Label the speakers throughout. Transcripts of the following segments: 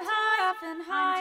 Speaker 1: Heaven high. Heaven high.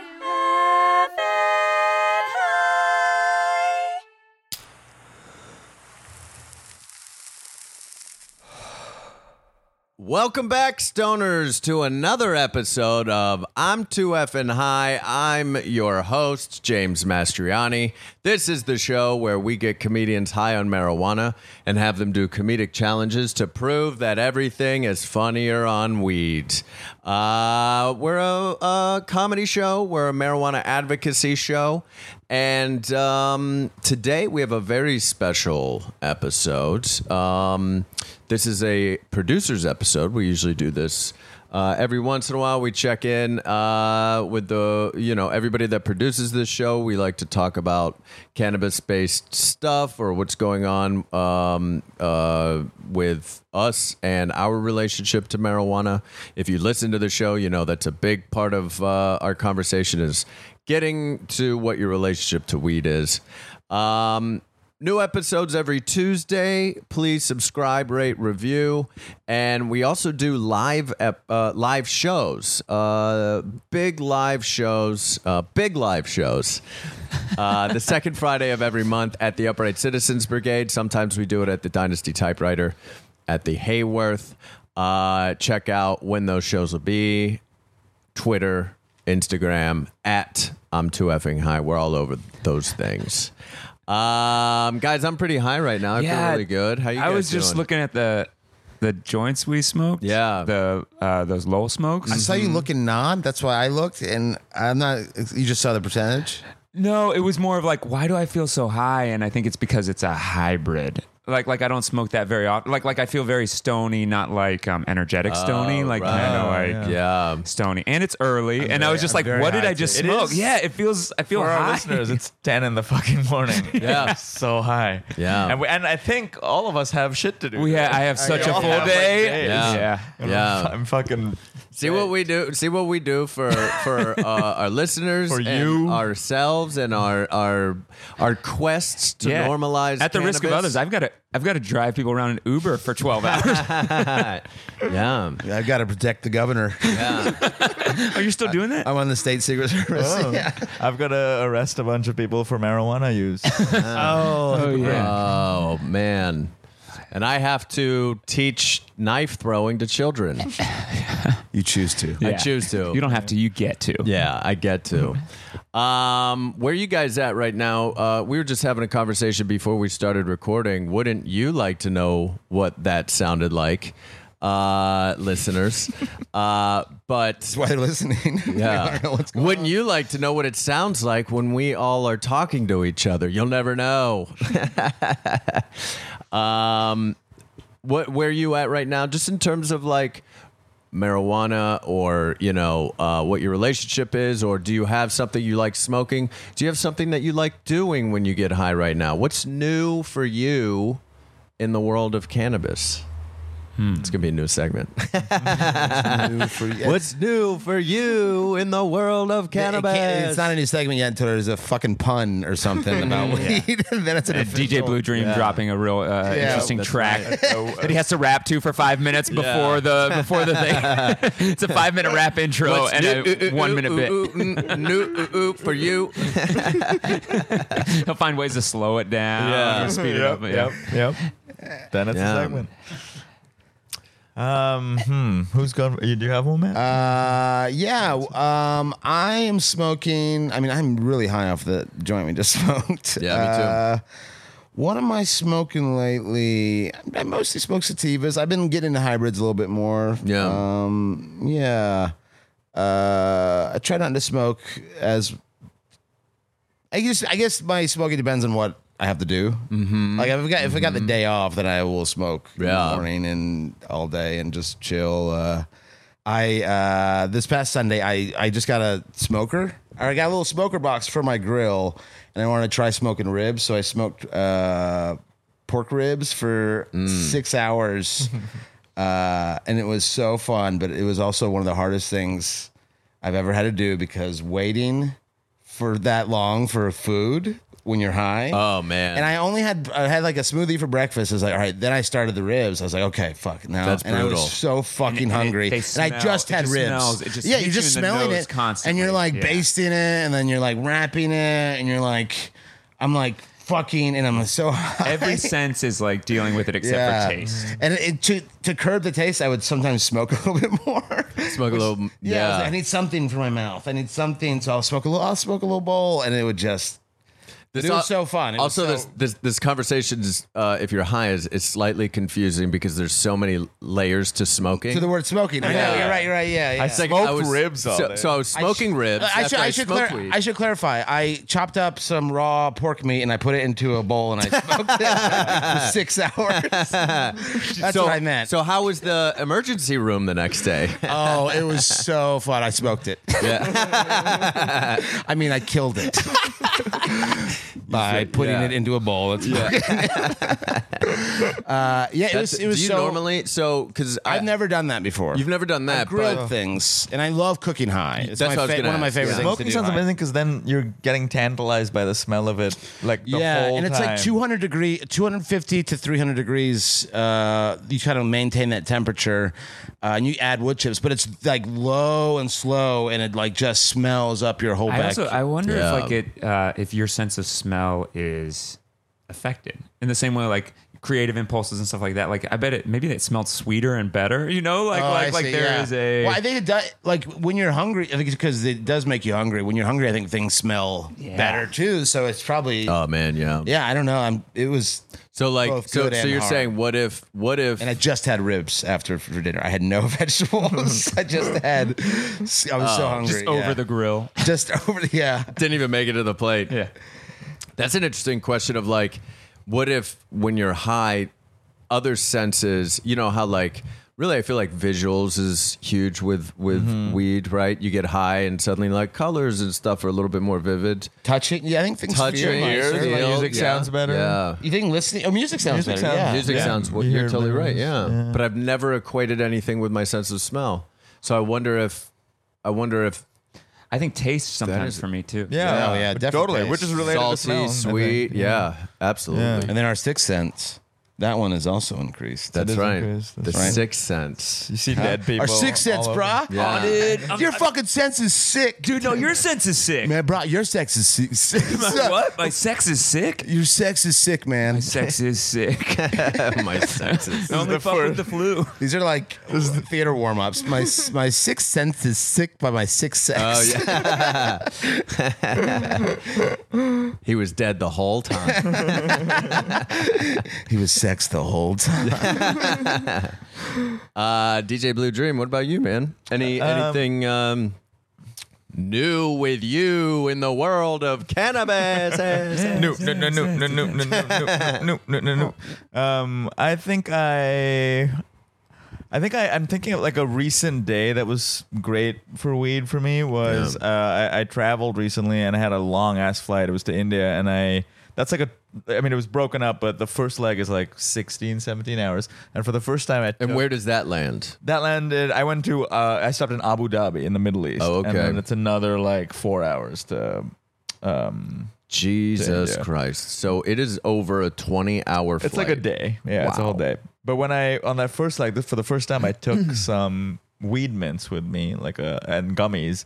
Speaker 2: Welcome back, stoners, to another episode of I'm Too Effin' High. I'm your host, James Mastriani. This is the show where we get comedians high on marijuana and have them do comedic challenges to prove that everything is funnier on weed. Uh, we're a, a comedy show, we're a marijuana advocacy show, and um, today we have a very special episode. Um, this is a producer's episode. We usually do this uh, every once in a while. We check in uh, with the, you know, everybody that produces this show. We like to talk about cannabis based stuff or what's going on um, uh, with us and our relationship to marijuana. If you listen to the show, you know that's a big part of uh, our conversation is getting to what your relationship to weed is. Um, new episodes every Tuesday. Please subscribe, rate, review, and we also do live ep- uh, live shows, uh, big live shows, uh, big live shows. Uh, the second Friday of every month at the Upright Citizens Brigade. Sometimes we do it at the Dynasty Typewriter at the Hayworth. Uh, check out when those shows will be. Twitter, Instagram, at I'm too effing high. We're all over those things. Um, guys, I'm pretty high right now. I feel really good. How you?
Speaker 3: I
Speaker 2: guys
Speaker 3: was just
Speaker 2: doing?
Speaker 3: looking at the the joints we smoked.
Speaker 2: Yeah. Mm.
Speaker 3: The uh, those low smokes.
Speaker 4: I saw
Speaker 2: Mm-hmm.
Speaker 4: you looking nod. That's why I looked, and I'm not. You just saw the percentage.
Speaker 3: no, it was more of like, why do I feel so high? And I think it's because it's a hybrid. Like like I don't smoke that very often. Like like I feel very stony, not like um, energetic stony. like kind of like
Speaker 2: Oh, Yeah.
Speaker 3: stony. And it's early. and I was just
Speaker 5: I'm
Speaker 3: like,
Speaker 5: very
Speaker 3: what did
Speaker 5: high
Speaker 3: I just
Speaker 5: too. It
Speaker 3: smoke?
Speaker 5: is-
Speaker 3: yeah, it feels. I feel
Speaker 5: For our
Speaker 3: high.
Speaker 5: listeners, it's ten in the fucking morning.
Speaker 2: Yeah.
Speaker 5: so high.
Speaker 2: Yeah.
Speaker 5: and, we, and I think all of us have shit to do.
Speaker 3: we ha- I have such a
Speaker 5: all
Speaker 3: full
Speaker 5: have, like,
Speaker 3: day.
Speaker 5: days.
Speaker 2: Yeah.
Speaker 3: yeah.
Speaker 2: Yeah.
Speaker 5: I'm fucking.
Speaker 2: See what we do. See what we do for for uh, our listeners,
Speaker 5: For
Speaker 2: and
Speaker 5: you.
Speaker 2: ourselves, and our our our quests to
Speaker 3: Yeah.
Speaker 2: normalize
Speaker 3: at the risk of
Speaker 2: cannabis.
Speaker 3: others. I've got to I've got to drive people around in Uber for twelve hours.
Speaker 2: yeah.
Speaker 4: I've got to protect the governor.
Speaker 3: Are you still doing that?
Speaker 4: I'm on the state secret service.
Speaker 5: Oh,
Speaker 4: Yeah.
Speaker 5: I've got to arrest a bunch of people for marijuana use.
Speaker 3: oh yeah.
Speaker 2: Oh man. And I have to teach knife throwing to children.
Speaker 4: You choose to.
Speaker 2: I choose to.
Speaker 3: You don't have to. You get to.
Speaker 2: Yeah, I get to. Um, where you guys at right now? Uh, we were just having a conversation before we started recording. Wouldn't you like to know what that sounded like, uh, listeners? uh, but
Speaker 4: That's why they're listening. I
Speaker 2: yeah,
Speaker 4: don't know what's going
Speaker 2: wouldn't you like to know what it sounds like when we all are talking to each other? You'll never know. um, what where you at right now? Just in terms of like marijuana or you know uh, what your relationship is or do you have something you like smoking do you have something that you like doing when you get high right now what's new for you in the world of cannabis
Speaker 4: Hmm.
Speaker 2: it's gonna be a new segment
Speaker 4: on. For- yeah.
Speaker 2: what's new for you in the world of
Speaker 4: It can't-
Speaker 2: cannabis
Speaker 4: It's not a new segment yet until there's a fucking pun or something about weed. then it's an
Speaker 3: And DJ
Speaker 4: official-
Speaker 3: Blue Dream dropping a real uh, interesting
Speaker 2: that's
Speaker 3: track that he has to rap to for five minutes before
Speaker 2: uh, Yeah.
Speaker 3: the before the thing. it's a five minute rap intro
Speaker 2: What's
Speaker 3: and
Speaker 2: new- ooh,
Speaker 3: a
Speaker 2: ooh,
Speaker 3: one
Speaker 2: ooh,
Speaker 3: minute
Speaker 2: ooh,
Speaker 3: bit.
Speaker 2: ooh, mm, new ooh, ooh for you
Speaker 3: He'll find ways to slow it down.
Speaker 2: Yeah.
Speaker 3: or speed it up. Yeah.
Speaker 5: yep. Then it's
Speaker 2: Yeah.
Speaker 5: a segment. Um, hmm. Who's gone? You, do you have one, man?
Speaker 4: Uh, yeah. Um, I am smoking. I mean, I'm really high off the joint we just smoked.
Speaker 2: Yeah, me too.
Speaker 4: Uh, what am I smoking lately? I mostly smoke sativas. I've been getting into hybrids a little bit more.
Speaker 2: Yeah.
Speaker 4: Um, yeah. Uh, I try not to smoke as. I guess I guess my smoking depends on what I have to do. Mm-hmm. Like if I got if I got the day off, then I will smoke in the
Speaker 2: Yeah.
Speaker 4: morning and all day and just chill. Uh, I uh, this past Sunday I I just got a smoker. I got a little smoker box for my grill, and I wanted to try smoking ribs, so I smoked uh, pork ribs for six hours, uh, and it was so fun. But it was also one of the hardest things I've ever had to do because waiting for that long for food when you're high.
Speaker 2: Oh man.
Speaker 4: And I only had I had like a smoothie for breakfast. I was like, all right. Then I started the ribs. I was like, okay, fuck no.
Speaker 2: That's
Speaker 4: and I
Speaker 2: brutal.
Speaker 4: was so fucking
Speaker 3: And it-
Speaker 4: hungry.
Speaker 3: they
Speaker 4: and I
Speaker 3: smell.
Speaker 4: just
Speaker 3: It
Speaker 4: had
Speaker 3: just
Speaker 4: ribs.
Speaker 3: smells. It just
Speaker 4: yeah,
Speaker 3: hits
Speaker 4: you're
Speaker 3: you
Speaker 4: just
Speaker 3: in the
Speaker 4: smelling
Speaker 3: nose
Speaker 4: it
Speaker 3: constantly.
Speaker 4: and you're like
Speaker 3: Yeah.
Speaker 4: basting it, and then you're like wrapping it, and you're like, I'm like fucking, and I'm so high.
Speaker 3: Every sense is like dealing with it except for taste.
Speaker 4: And it, to to curb the taste, I would sometimes smoke a little bit more.
Speaker 2: Smoke a little-
Speaker 4: I, was
Speaker 2: yeah.
Speaker 4: like, I need something for my mouth. I need something, so I'll smoke a little. I'll smoke a little bowl, and it would just.
Speaker 2: This
Speaker 4: It was so fun. It was
Speaker 2: also,
Speaker 4: so-
Speaker 2: this this this conversation is, uh, if you're high, is, is slightly confusing because there's so many layers to smoking.
Speaker 4: To the word smoking. I know. You're right. You're right. Yeah. yeah.
Speaker 5: I said-
Speaker 2: I
Speaker 5: Smoked
Speaker 2: was-
Speaker 5: ribs all
Speaker 2: So,
Speaker 5: day.
Speaker 2: so I was smoking ribs.
Speaker 4: I
Speaker 2: after
Speaker 4: should, I, should
Speaker 2: smoked
Speaker 4: clar-
Speaker 2: weed.
Speaker 4: I should clarify. I chopped up some raw pork meat and I put it into a bowl and I smoked it for six hours. That's
Speaker 2: so,
Speaker 4: what I meant.
Speaker 2: So how was the emergency room the next day?
Speaker 4: oh, it was so fun. I smoked it.
Speaker 2: yeah.
Speaker 4: I mean, I killed it by putting
Speaker 2: yeah.
Speaker 4: it into a bowl. It's yeah, uh, yeah it was. It was
Speaker 2: Do you
Speaker 4: so.
Speaker 2: normally so because
Speaker 4: I've never done that before.
Speaker 2: You've never done that,
Speaker 4: grilled
Speaker 2: but
Speaker 4: things, and I love cooking high. It's
Speaker 2: That's
Speaker 4: my
Speaker 2: what I was
Speaker 4: fa-
Speaker 2: gonna
Speaker 4: one of my
Speaker 2: ask.
Speaker 4: favorite
Speaker 2: Yeah.
Speaker 4: things. to
Speaker 5: Smoking
Speaker 4: do
Speaker 5: sounds
Speaker 4: high.
Speaker 5: amazing because then you're getting tantalized by the smell of it, like the
Speaker 4: yeah,
Speaker 5: whole
Speaker 4: and it's
Speaker 5: time.
Speaker 4: like 200 degree, 250 to 300 degrees. Uh, you try to maintain that temperature, uh, and you add wood chips, but it's like low and slow, and it like just smells up your whole
Speaker 3: I
Speaker 4: back.
Speaker 3: also I wonder
Speaker 2: Yeah.
Speaker 3: if like it uh, if your sense of smell is affected in the same way like creative impulses and stuff like that. Like I bet it maybe it smelled sweeter and better. You know, like
Speaker 4: Oh, I
Speaker 3: like like
Speaker 4: see,
Speaker 3: there
Speaker 4: yeah.
Speaker 3: is a
Speaker 4: Well, I think it does. Like when you're hungry, I think it's because it does make you hungry. When you're hungry, I think things smell
Speaker 3: Yeah.
Speaker 4: better too. So it's probably.
Speaker 2: oh man, yeah.
Speaker 4: yeah, I don't know. I'm. It was,
Speaker 2: So like,
Speaker 4: Both
Speaker 2: so
Speaker 4: good
Speaker 2: so
Speaker 4: and
Speaker 2: you're
Speaker 4: hard.
Speaker 2: saying what if what if
Speaker 4: and I just had ribs after for dinner. I had no vegetables. I just had. I was so hungry.
Speaker 3: just over
Speaker 4: yeah.
Speaker 3: the grill.
Speaker 4: Just over the yeah.
Speaker 2: didn't even make it to the plate?
Speaker 3: Yeah.
Speaker 2: That's an interesting question of like, what if when you're high, other senses, you know how like really I feel like visuals is huge with with weed, right? You get high and suddenly like colors and stuff are a little bit more vivid.
Speaker 4: Touching, yeah, I think things
Speaker 2: Touch your
Speaker 4: feel
Speaker 2: ears,
Speaker 4: nicer.
Speaker 5: the
Speaker 4: Like,
Speaker 5: music
Speaker 2: yeah,
Speaker 5: sounds better.
Speaker 2: Yeah.
Speaker 4: you think listening? Oh, music sounds
Speaker 5: Music
Speaker 4: better.
Speaker 5: sounds-
Speaker 4: yeah.
Speaker 2: Music
Speaker 5: Yeah.
Speaker 2: sounds. Well,
Speaker 5: You
Speaker 2: you're
Speaker 5: hear
Speaker 2: totally right. Yeah.
Speaker 5: those, yeah.
Speaker 2: but I've never equated anything with my sense of smell. So I wonder if, I wonder if
Speaker 3: I think taste sometimes
Speaker 2: is-
Speaker 3: for me too.
Speaker 5: yeah,
Speaker 4: Yeah, yeah, definitely
Speaker 5: totally.
Speaker 4: taste.
Speaker 5: Which is related to smell, I
Speaker 2: salty,
Speaker 5: think.
Speaker 2: sweet. Yeah, absolutely.
Speaker 4: And then our sixth sense, that one is also increased.
Speaker 2: That's
Speaker 5: is
Speaker 2: right.
Speaker 5: increased,
Speaker 2: the
Speaker 5: that's right.
Speaker 2: sixth sense.
Speaker 5: You see dead people.
Speaker 4: our sixth
Speaker 5: all
Speaker 4: sense,
Speaker 5: over.
Speaker 4: brah. Oh,
Speaker 2: Yeah.
Speaker 4: Your fucking sense is sick,
Speaker 3: Dude, no, your sense is sick.
Speaker 4: man, brah. Your sex is sick.
Speaker 3: what? My sex is sick?
Speaker 4: Your sex is sick, man.
Speaker 3: Sex is sick.
Speaker 2: my senses.
Speaker 3: Only fuck with the flu.
Speaker 4: These are like theater warm ups. My my sixth sense is sick by my sixth sense.
Speaker 2: Oh yeah. he was dead the whole time.
Speaker 4: He was sex the whole time.
Speaker 2: Uh, DJ Blue Dream, what about you, man? Any anything um, new with you in the world of cannabis?
Speaker 5: No, no, no, no, no, no, no, no, no, no, no, no. Um, I think I, I think I, I'm thinking of like a recent day that was great for weed for me was uh, I, I traveled recently and I had a long ass flight. It was to India and I. That's like a, I mean, it was broken up, but the first leg is like 16, 17 hours. And for the first time, I
Speaker 2: and
Speaker 5: took-
Speaker 2: where does that land?
Speaker 5: That landed. I went to. Uh, I stopped in Abu Dhabi in the Middle East.
Speaker 2: Oh, okay.
Speaker 5: And then it's another like four hours to. Um,
Speaker 2: Jesus
Speaker 5: Yeah.
Speaker 2: Christ! So it is over a twenty-hour.
Speaker 5: it's like a day. Yeah, it's a whole day. But when I on that first like for the first time, I took some weed mints with me, like uh and gummies,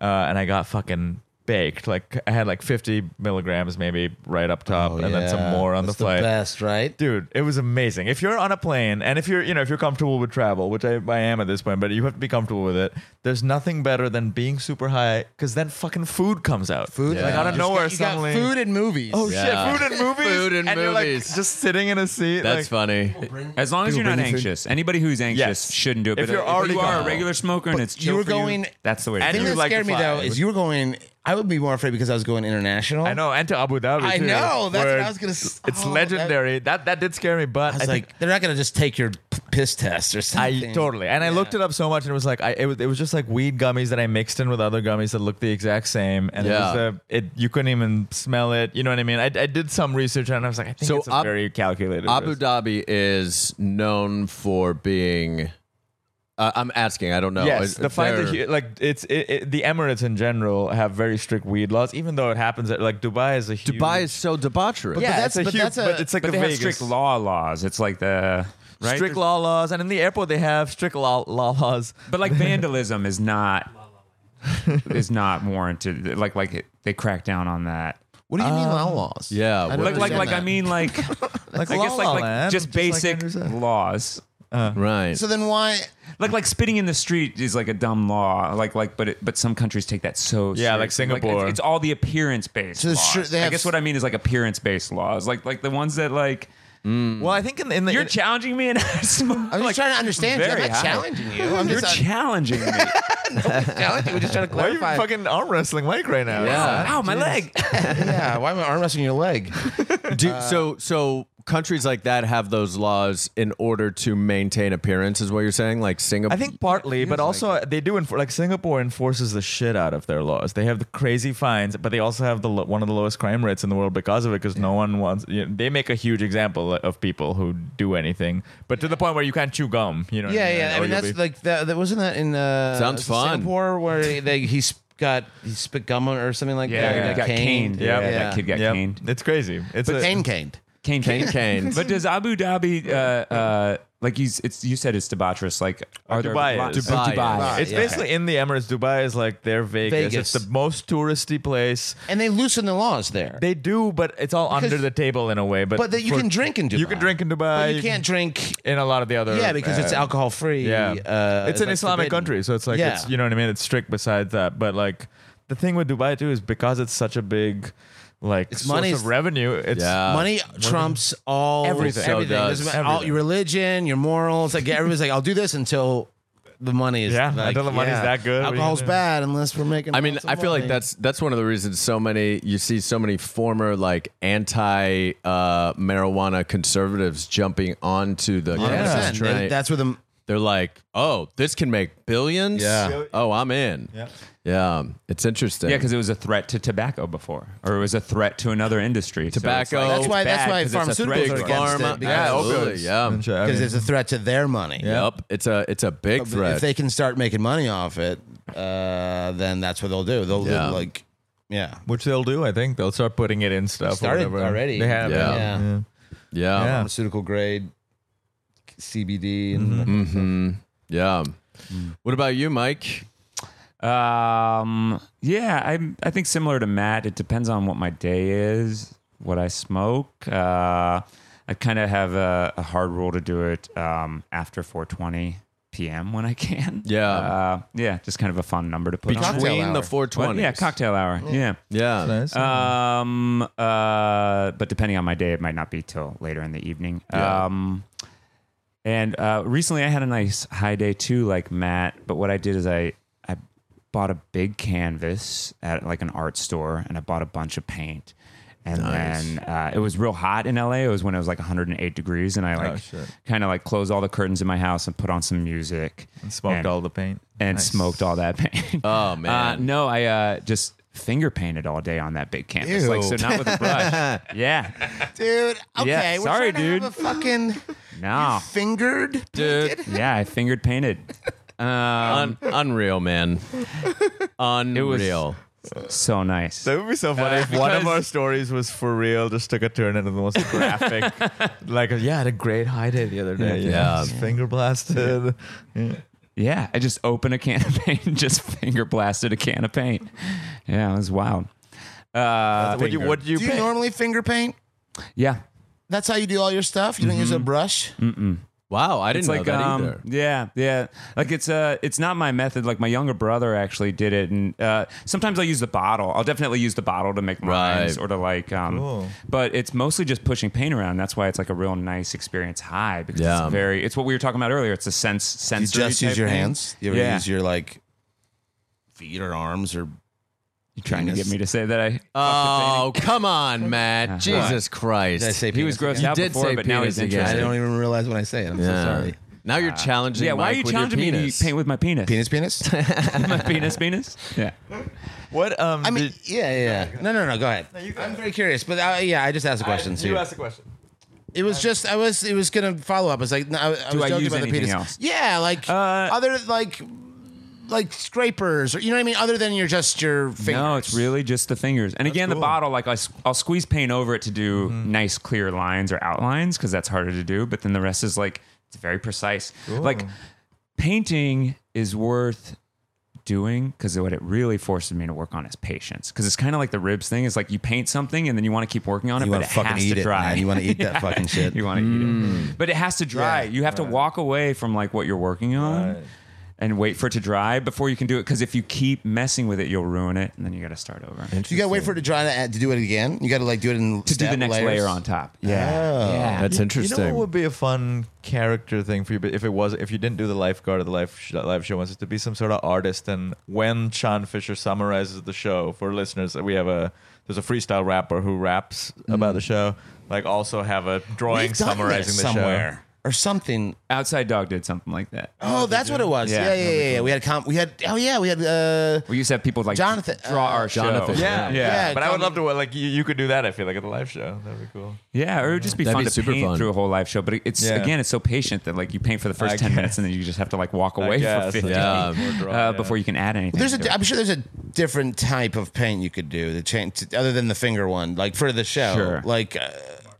Speaker 5: uh, and I got fucking baked. Like I had like fifty milligrams, maybe right up top, and then some more on Oh, the flight.
Speaker 4: best, right?
Speaker 5: dude it was amazing if you're on a plane and if you're you know if you're comfortable with travel which i, I am at this point but you have to be comfortable with it there's nothing better than being super high because then fucking food comes out
Speaker 4: Food,
Speaker 2: Yeah.
Speaker 5: like out of
Speaker 2: You just
Speaker 5: nowhere
Speaker 4: You got
Speaker 5: suddenly
Speaker 4: food and movies.
Speaker 5: oh
Speaker 2: Yeah.
Speaker 5: shit food and movies
Speaker 2: Food and
Speaker 5: and you're like
Speaker 2: movies.
Speaker 5: just sitting in a seat
Speaker 2: That's
Speaker 5: like, Oh,
Speaker 2: funny.
Speaker 3: As long as
Speaker 5: People
Speaker 3: you're not
Speaker 5: bring you food?
Speaker 3: anxious, anybody who's anxious
Speaker 5: Yes.
Speaker 3: shouldn't do it.
Speaker 5: If
Speaker 3: but
Speaker 5: you're already
Speaker 3: you are a
Speaker 5: gone.
Speaker 3: regular smoker and it's chill
Speaker 4: you were
Speaker 3: for
Speaker 4: going-
Speaker 3: that's the way.
Speaker 4: I
Speaker 3: To
Speaker 5: And
Speaker 3: do
Speaker 4: think
Speaker 5: you
Speaker 3: it.
Speaker 4: that
Speaker 5: would like to
Speaker 4: scared me
Speaker 5: fly.
Speaker 4: though is you were going. I would be more afraid because I was going international.
Speaker 5: I know, and to Abu Dhabi.
Speaker 4: I
Speaker 5: too,
Speaker 4: know, that's what
Speaker 5: where
Speaker 4: I was gonna s-
Speaker 5: It's
Speaker 4: oh, that-
Speaker 5: legendary. That, that did scare me, but
Speaker 4: I
Speaker 5: I,
Speaker 4: was
Speaker 5: think
Speaker 4: like, they're not gonna just take your p- piss test or something.
Speaker 5: I totally. And I looked it up so much, and it was like I it was, it was just like weed gummies that I mixed in with other gummies that looked the exact same, and
Speaker 2: Yeah.
Speaker 5: it was a, it you couldn't even smell it. You know what I mean? I, I did some research, and I was like, I think
Speaker 2: So
Speaker 5: it's a
Speaker 2: Ab-
Speaker 5: very calculated.
Speaker 2: Abu
Speaker 5: risk.
Speaker 2: Dhabi is known for being Uh, I'm asking. I don't know.
Speaker 5: Yes,
Speaker 2: Is-
Speaker 5: the
Speaker 2: is
Speaker 5: fact that
Speaker 2: there-
Speaker 5: you, like it's it, it, the Emirates in general have very strict weed laws, even though it happens at like Dubai is a huge
Speaker 2: Dubai is so debaucherous.
Speaker 5: yeah,
Speaker 4: that's-
Speaker 5: it's a
Speaker 4: but
Speaker 5: huge,
Speaker 4: that's a-
Speaker 5: but it's like
Speaker 3: but
Speaker 5: the
Speaker 3: they have
Speaker 5: Vegas.
Speaker 3: strict law laws. It's like the right.
Speaker 5: strict law laws, and in the airport they have strict law, law laws.
Speaker 3: But like vandalism is not is not warranted. Like like it, they crack down on that.
Speaker 4: What do you
Speaker 5: Um,
Speaker 4: mean law laws?
Speaker 2: yeah,
Speaker 4: I don't
Speaker 2: what
Speaker 3: Like like
Speaker 4: understand
Speaker 3: like I
Speaker 4: that.
Speaker 3: mean like
Speaker 5: Like
Speaker 3: I
Speaker 5: La
Speaker 3: guess
Speaker 5: La
Speaker 3: like like
Speaker 5: Land,
Speaker 3: just
Speaker 5: like
Speaker 3: basic
Speaker 5: Andrew said.
Speaker 3: laws.
Speaker 2: right.
Speaker 4: So then why?
Speaker 3: Like like spitting in the street is like a dumb law. Like like but it, but some countries take that so
Speaker 5: Yeah,
Speaker 3: seriously.
Speaker 5: like
Speaker 3: it's-
Speaker 5: Singapore.
Speaker 3: it's, all the appearance based.
Speaker 4: So sure, they
Speaker 3: I
Speaker 4: have-
Speaker 3: guess what I mean is like appearance based laws. Like like the ones that like
Speaker 5: Well, I think in, the- in the
Speaker 3: you're
Speaker 5: in-
Speaker 3: challenging me and I smoke.
Speaker 4: Uh, I'm just
Speaker 3: like,
Speaker 4: trying to understand. you. I'm
Speaker 3: very
Speaker 4: not
Speaker 3: high.
Speaker 4: challenging you. I'm
Speaker 3: You're
Speaker 4: just uh,
Speaker 3: challenging me.
Speaker 4: challenging. We're just trying to
Speaker 5: why are you
Speaker 4: clarify.
Speaker 5: fucking arm wrestling Mike right now?
Speaker 4: uh,
Speaker 2: Yeah.
Speaker 3: Ow, my leg.
Speaker 4: yeah. Why am I arm wrestling your leg?
Speaker 2: Do, so so countries like that have those laws in order to maintain appearance. Is what you're saying? Like Singapore?
Speaker 5: I think partly, but also they do enfor- like Singapore enforces the shit out of their laws. They have the crazy fines, but they also have the lo- one of the lowest crime rates in the world because of it. Because no one wants. You know, they make a huge example of people who do anything, but to the point where you can't chew gum. You know? what
Speaker 4: Yeah,
Speaker 5: I mean,
Speaker 4: yeah. I
Speaker 5: Or
Speaker 4: mean,
Speaker 5: you'll
Speaker 4: that's
Speaker 5: be-
Speaker 4: like that, that. Wasn't that in uh,
Speaker 2: Sounds fun.
Speaker 4: Singapore where they, they he sp- got he spit gum on or something like that.
Speaker 3: Yeah,
Speaker 4: He
Speaker 3: got caned. Yeah,
Speaker 4: Yeah.
Speaker 3: that kid got
Speaker 5: Yep.
Speaker 3: caned.
Speaker 5: It's crazy. It's a,
Speaker 4: Cane caned.
Speaker 3: Cane
Speaker 2: Cane canes.
Speaker 3: But does Abu Dhabi, uh, uh, like you, s- it's you said it's debaucherous. Like are there
Speaker 5: Dubai
Speaker 3: lots-
Speaker 5: is.
Speaker 2: Dubai
Speaker 4: is.
Speaker 5: It's
Speaker 4: Yeah.
Speaker 5: basically in the Emirates. Dubai is like their Vegas.
Speaker 4: Vegas.
Speaker 5: It's the most touristy place.
Speaker 4: And they loosen the laws there.
Speaker 5: They do, but it's all under the table in a way. But
Speaker 4: but that you
Speaker 5: for-
Speaker 4: can drink in Dubai.
Speaker 5: You can drink in Dubai.
Speaker 4: But you can't drink.
Speaker 5: in a lot of the other.
Speaker 4: Yeah, because it's
Speaker 5: uh,
Speaker 4: alcohol free.
Speaker 5: Yeah,
Speaker 4: uh,
Speaker 5: it's an
Speaker 4: like
Speaker 5: Islamic
Speaker 4: forbidden.
Speaker 5: country, so it's like
Speaker 4: Yeah.
Speaker 5: it's you know what I mean. It's strict besides that, but like the thing with Dubai too is because it's such a big like
Speaker 4: It's
Speaker 5: source
Speaker 4: money's-
Speaker 5: of revenue. It's um,
Speaker 2: Yeah.
Speaker 4: Money trumps all
Speaker 5: uh, Everything.
Speaker 4: Everything.
Speaker 5: So
Speaker 2: does
Speaker 4: Doesn't matter- all-
Speaker 5: everything.
Speaker 4: your religion, your morals. Like everybody's like, I'll do this until the money is.
Speaker 5: Yeah,
Speaker 4: like,
Speaker 5: until the money's that good, we
Speaker 4: Alcohol's
Speaker 5: can-
Speaker 4: bad unless we're making.
Speaker 2: I mean,
Speaker 4: lots of
Speaker 2: I feel like
Speaker 4: money.
Speaker 2: that's that's one of the reasons so many you see so many former like anti uh, marijuana conservatives jumping onto the
Speaker 4: Yeah.
Speaker 2: cannabis train.
Speaker 4: That's where the
Speaker 2: They're like, oh, this can make billions.
Speaker 4: Yeah.
Speaker 2: Oh, I'm in. Yeah. It's interesting.
Speaker 3: Yeah, because it was a threat to tobacco before, or it was a threat to another industry. So it's
Speaker 2: Tobacco.
Speaker 3: like,
Speaker 2: That's
Speaker 3: it's
Speaker 4: why- that's
Speaker 3: bad
Speaker 4: why
Speaker 3: 'cause it's a
Speaker 4: pharmaceuticals
Speaker 3: threat
Speaker 2: big
Speaker 4: are
Speaker 3: to
Speaker 4: against
Speaker 3: us.
Speaker 2: pharma.
Speaker 4: it
Speaker 2: yeah,
Speaker 4: because-
Speaker 2: opiods. Yeah.
Speaker 5: Sure, I
Speaker 4: because
Speaker 5: mean,
Speaker 4: it's a threat to their money.
Speaker 2: Yep. It's a it's a big threat.
Speaker 4: If they can start making money off it, uh, then that's what they'll do. They'll do,
Speaker 2: Yeah.
Speaker 4: like, yeah.
Speaker 5: which they'll do. I think they'll start putting it in stuff. or
Speaker 4: Started
Speaker 5: whatever.
Speaker 4: already.
Speaker 5: They have.
Speaker 2: Yeah.
Speaker 5: Yeah. yeah.
Speaker 2: yeah.
Speaker 5: Yeah.
Speaker 4: Pharmaceutical grade CBD and
Speaker 3: Mm-hmm.
Speaker 2: Yeah. What about you, Mike?
Speaker 3: Um, yeah, I I think similar to Matt. It depends on what my day is, what I smoke. Uh, I kind of have a, a hard rule to do it um, after 4:20 p.m. when I can.
Speaker 2: Yeah.
Speaker 3: uh, yeah, just kind of a fun number to put on it.
Speaker 4: Cocktail
Speaker 2: Between the
Speaker 4: hour.
Speaker 2: 420s.
Speaker 3: But yeah, cocktail hour. Yeah.
Speaker 2: Yeah.
Speaker 5: Nice.
Speaker 3: Um. Uh. But depending on my day, it might not be till later in the evening.
Speaker 2: Yeah.
Speaker 3: Um. And uh, recently, I had a nice high day too, like Matt. But what I did is I I bought a big canvas at like an art store, and I bought a bunch of paint. And then uh, it was real hot in LA. It was when it was like 108 degrees, and I like
Speaker 5: Oh, shit.
Speaker 3: kind of like closed all the curtains in my house and put on some music
Speaker 5: And smoked all the paint
Speaker 3: and
Speaker 5: Nice.
Speaker 3: smoked all that paint.
Speaker 2: Oh, man.
Speaker 3: Uh, no, I uh, just finger painted all day on that big canvas.
Speaker 4: Ew.
Speaker 3: Like so, not with a brush. yeah,
Speaker 4: dude. Okay,
Speaker 3: Yeah,
Speaker 4: we're
Speaker 3: sorry,
Speaker 4: trying
Speaker 3: dude.
Speaker 4: To have a fucking
Speaker 3: no,
Speaker 4: fingered
Speaker 2: Dude.
Speaker 3: yeah, I fingered painted. Um,
Speaker 2: Un- unreal, man. Unreal.
Speaker 3: so nice.
Speaker 5: That would be so funny if Uh, one of
Speaker 3: because-
Speaker 5: our stories was for real, just took a turn into the most graphic. like, yeah, I had a great high day the other day.
Speaker 2: Yeah.
Speaker 5: just finger blasted. Yeah.
Speaker 3: yeah, I just opened a can of paint, and just finger blasted a can of paint. Yeah, it was wild. Uh,
Speaker 5: What do you? What do you?
Speaker 4: Do you
Speaker 5: paint?
Speaker 4: normally finger paint?
Speaker 3: yeah,
Speaker 4: That's how you do all your stuff. You don't
Speaker 3: Mm-hmm.
Speaker 4: use a brush.
Speaker 2: Wow, I didn't
Speaker 3: it's
Speaker 2: know
Speaker 3: like
Speaker 2: that
Speaker 3: um,
Speaker 2: either.
Speaker 3: yeah, yeah. Like it's uh, it's not my method. Like my younger brother actually did it, and uh, sometimes I use the bottle. I'll definitely use the bottle to make lines
Speaker 2: Right.
Speaker 3: or to like. Um,
Speaker 5: Cool.
Speaker 3: But it's mostly just pushing paint around. That's why it's like a real nice experience high because
Speaker 2: Yeah.
Speaker 3: it's very. It's what we were talking about earlier. It's a sense
Speaker 4: You
Speaker 3: sensory.
Speaker 4: just use
Speaker 3: type
Speaker 4: your
Speaker 3: thing.
Speaker 4: hands. You ever
Speaker 3: Yeah.
Speaker 4: use your like feet or arms or
Speaker 3: You trying to get me to say that I?
Speaker 2: Oh, come on, Matt. Jesus Christ.
Speaker 4: did I say
Speaker 3: he was
Speaker 4: penis
Speaker 3: grossed
Speaker 4: again?
Speaker 3: out
Speaker 2: did
Speaker 3: before,
Speaker 2: say
Speaker 3: but now
Speaker 2: penis
Speaker 3: he's
Speaker 2: again.
Speaker 4: I
Speaker 3: interested.
Speaker 4: don't even realize when I say it. I'm
Speaker 2: Yeah.
Speaker 4: so sorry.
Speaker 2: Now you're challenging
Speaker 3: yeah, why are
Speaker 2: Mike
Speaker 3: you
Speaker 2: with your
Speaker 3: challenging me to
Speaker 2: penis.
Speaker 3: paint with my penis?
Speaker 4: Penis, penis.
Speaker 3: my penis, penis. Yeah.
Speaker 5: What? Um.
Speaker 4: I mean,
Speaker 5: did-
Speaker 4: yeah, yeah. No, no, no. Go ahead. I'm very curious, but uh, yeah, I just asked a question. so
Speaker 5: You
Speaker 4: you're-
Speaker 5: asked a question.
Speaker 4: It was just I was it was gonna follow up. I was like, no, I, I
Speaker 3: Do
Speaker 4: was
Speaker 3: I
Speaker 4: joking
Speaker 3: use
Speaker 4: about the
Speaker 3: anything
Speaker 4: penis.
Speaker 3: else?
Speaker 4: Yeah, like
Speaker 5: Uh,
Speaker 4: other like like scrapers or you know what I mean. Other than your just your fingers.
Speaker 3: No, it's really just the fingers. And again, the
Speaker 5: cool.
Speaker 3: bottle, like I, s- I'll squeeze paint over it to do nice clear lines or outlines because that's harder to do. But then the rest is like, it's very precise. Like painting is worth doing because what it really forces me to work on is patience. Because it's kind of like the ribs thing. It's like you paint something and then you want to keep working on it,
Speaker 4: You
Speaker 3: but
Speaker 4: want
Speaker 3: it
Speaker 4: to fucking
Speaker 3: has
Speaker 4: eat
Speaker 3: to
Speaker 4: it.
Speaker 3: dry.
Speaker 4: Man. You want to eat that fucking shit. Mm.
Speaker 3: You want to eat it, but it has to dry.
Speaker 4: Yeah.
Speaker 3: you have to walk away from like what you're working on and wait for it to dry before you can do it. Because if you keep messing with it, you'll ruin it, and then you got to start over
Speaker 4: So you gotta wait for it to dry to, add- to do it again. You gotta like do it in
Speaker 3: to do the next layer on top. Yeah, yeah.
Speaker 2: That's
Speaker 5: You
Speaker 2: interesting.
Speaker 5: know what would be a fun character thing for you, but if it was, if you didn't do the lifeguard of the life sh- live show, was it to be some sort of artist? And when Sean Fisher summarizes the show for listeners, we have a there's a freestyle rapper who raps about the show. Like also have a drawing summarizing the show.
Speaker 4: somewhere or something.
Speaker 3: Outside Dog did something like that.
Speaker 4: Oh, that's what it was.
Speaker 3: Yeah.
Speaker 4: Yeah, yeah, yeah. yeah, We had com- we had oh yeah we had uh
Speaker 3: We used to have people like
Speaker 4: Jonathan-
Speaker 3: draw
Speaker 4: uh,
Speaker 3: our
Speaker 2: Jonathan.
Speaker 3: show.
Speaker 5: Yeah, yeah.
Speaker 4: Yeah,
Speaker 5: but I would
Speaker 4: come-
Speaker 5: love to like you, you could do that. I feel like at the live show, that'd be cool.
Speaker 3: yeah, or it would just be
Speaker 2: That'd
Speaker 3: fun
Speaker 2: be
Speaker 3: to
Speaker 2: super
Speaker 3: paint
Speaker 2: fun.
Speaker 3: through a whole live show. But it's
Speaker 5: Yeah.
Speaker 3: again, it's so patient that like you paint for the first
Speaker 5: I
Speaker 3: ten
Speaker 5: guess.
Speaker 3: minutes, and then you just have to like walk away for
Speaker 5: guess,
Speaker 3: fifteen
Speaker 2: yeah.
Speaker 5: Or draw,
Speaker 3: uh,
Speaker 5: yeah.
Speaker 3: before you can add anything.
Speaker 4: There's
Speaker 3: to
Speaker 4: a,
Speaker 3: it.
Speaker 4: I'm sure there's a different type of paint you could do. The change other than the finger one, like for the show,
Speaker 3: Sure.
Speaker 4: like uh,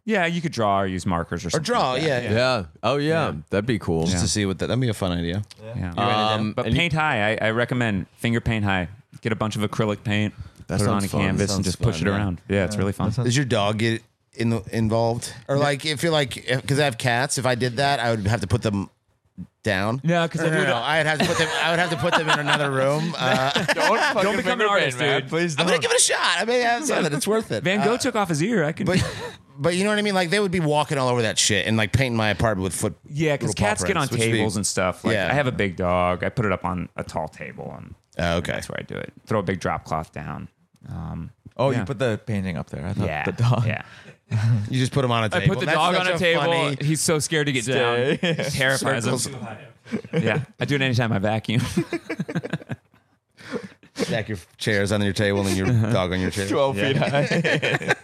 Speaker 3: yeah, you could draw or use markers or
Speaker 4: or
Speaker 3: something
Speaker 4: draw.
Speaker 3: like that.
Speaker 4: yeah,
Speaker 2: yeah. Oh yeah. That'd be cool.
Speaker 4: Just to see what that that'd be a fun idea.
Speaker 3: Yeah.
Speaker 2: Um,
Speaker 3: but
Speaker 2: and you-
Speaker 3: paint high, I, I recommend finger paint high. Get a bunch of acrylic paint, put it on
Speaker 2: sounds
Speaker 3: a
Speaker 2: fun.
Speaker 3: canvas,
Speaker 4: Sounds
Speaker 3: and just
Speaker 4: fun,
Speaker 3: push it
Speaker 4: yeah.
Speaker 3: around. Yeah, it's really fun.
Speaker 4: Does your dog get in the, involved, or like if you're like because I have cats, if I did that, I would have to put them down.
Speaker 3: No, 'cause
Speaker 4: no,
Speaker 3: if
Speaker 4: no,
Speaker 3: you
Speaker 4: no,
Speaker 3: don't-
Speaker 4: I'd have to put them. I would have to put them in another room. Uh,
Speaker 5: Don't,
Speaker 3: become
Speaker 5: fucking
Speaker 3: an
Speaker 5: finger paint,
Speaker 3: artist,
Speaker 5: man.
Speaker 3: dude.
Speaker 5: Please
Speaker 4: I'm
Speaker 5: don't.
Speaker 4: gonna give it a shot. I may have something. It's worth it.
Speaker 3: Van Gogh
Speaker 4: Uh,
Speaker 3: took off his ear. I can.
Speaker 4: but but you know what I mean. Like they would be walking all over that shit and like painting my apartment with foot.
Speaker 3: Yeah, because
Speaker 4: little paw
Speaker 3: cats get on
Speaker 4: prints, which would be-
Speaker 3: tables and stuff. Like
Speaker 4: Yeah.
Speaker 3: I have a big dog. I put it up on a tall table, and
Speaker 4: Oh, okay.
Speaker 3: that's where I do it. Throw a big drop cloth down. Um,
Speaker 5: oh,
Speaker 3: Yeah.
Speaker 5: you put the painting up there. I thought
Speaker 3: yeah,
Speaker 5: the dog.
Speaker 3: Yeah,
Speaker 4: You just put them on a table.
Speaker 3: I put the
Speaker 4: That's
Speaker 3: dog
Speaker 4: such
Speaker 3: on a table.
Speaker 4: funny-
Speaker 3: He's so scared to get down.
Speaker 5: Stay.
Speaker 3: It terrifies him. Yeah, I do it anytime I vacuum.
Speaker 4: stack your chairs on your table and your dog on your chair.
Speaker 5: Twelve feet high.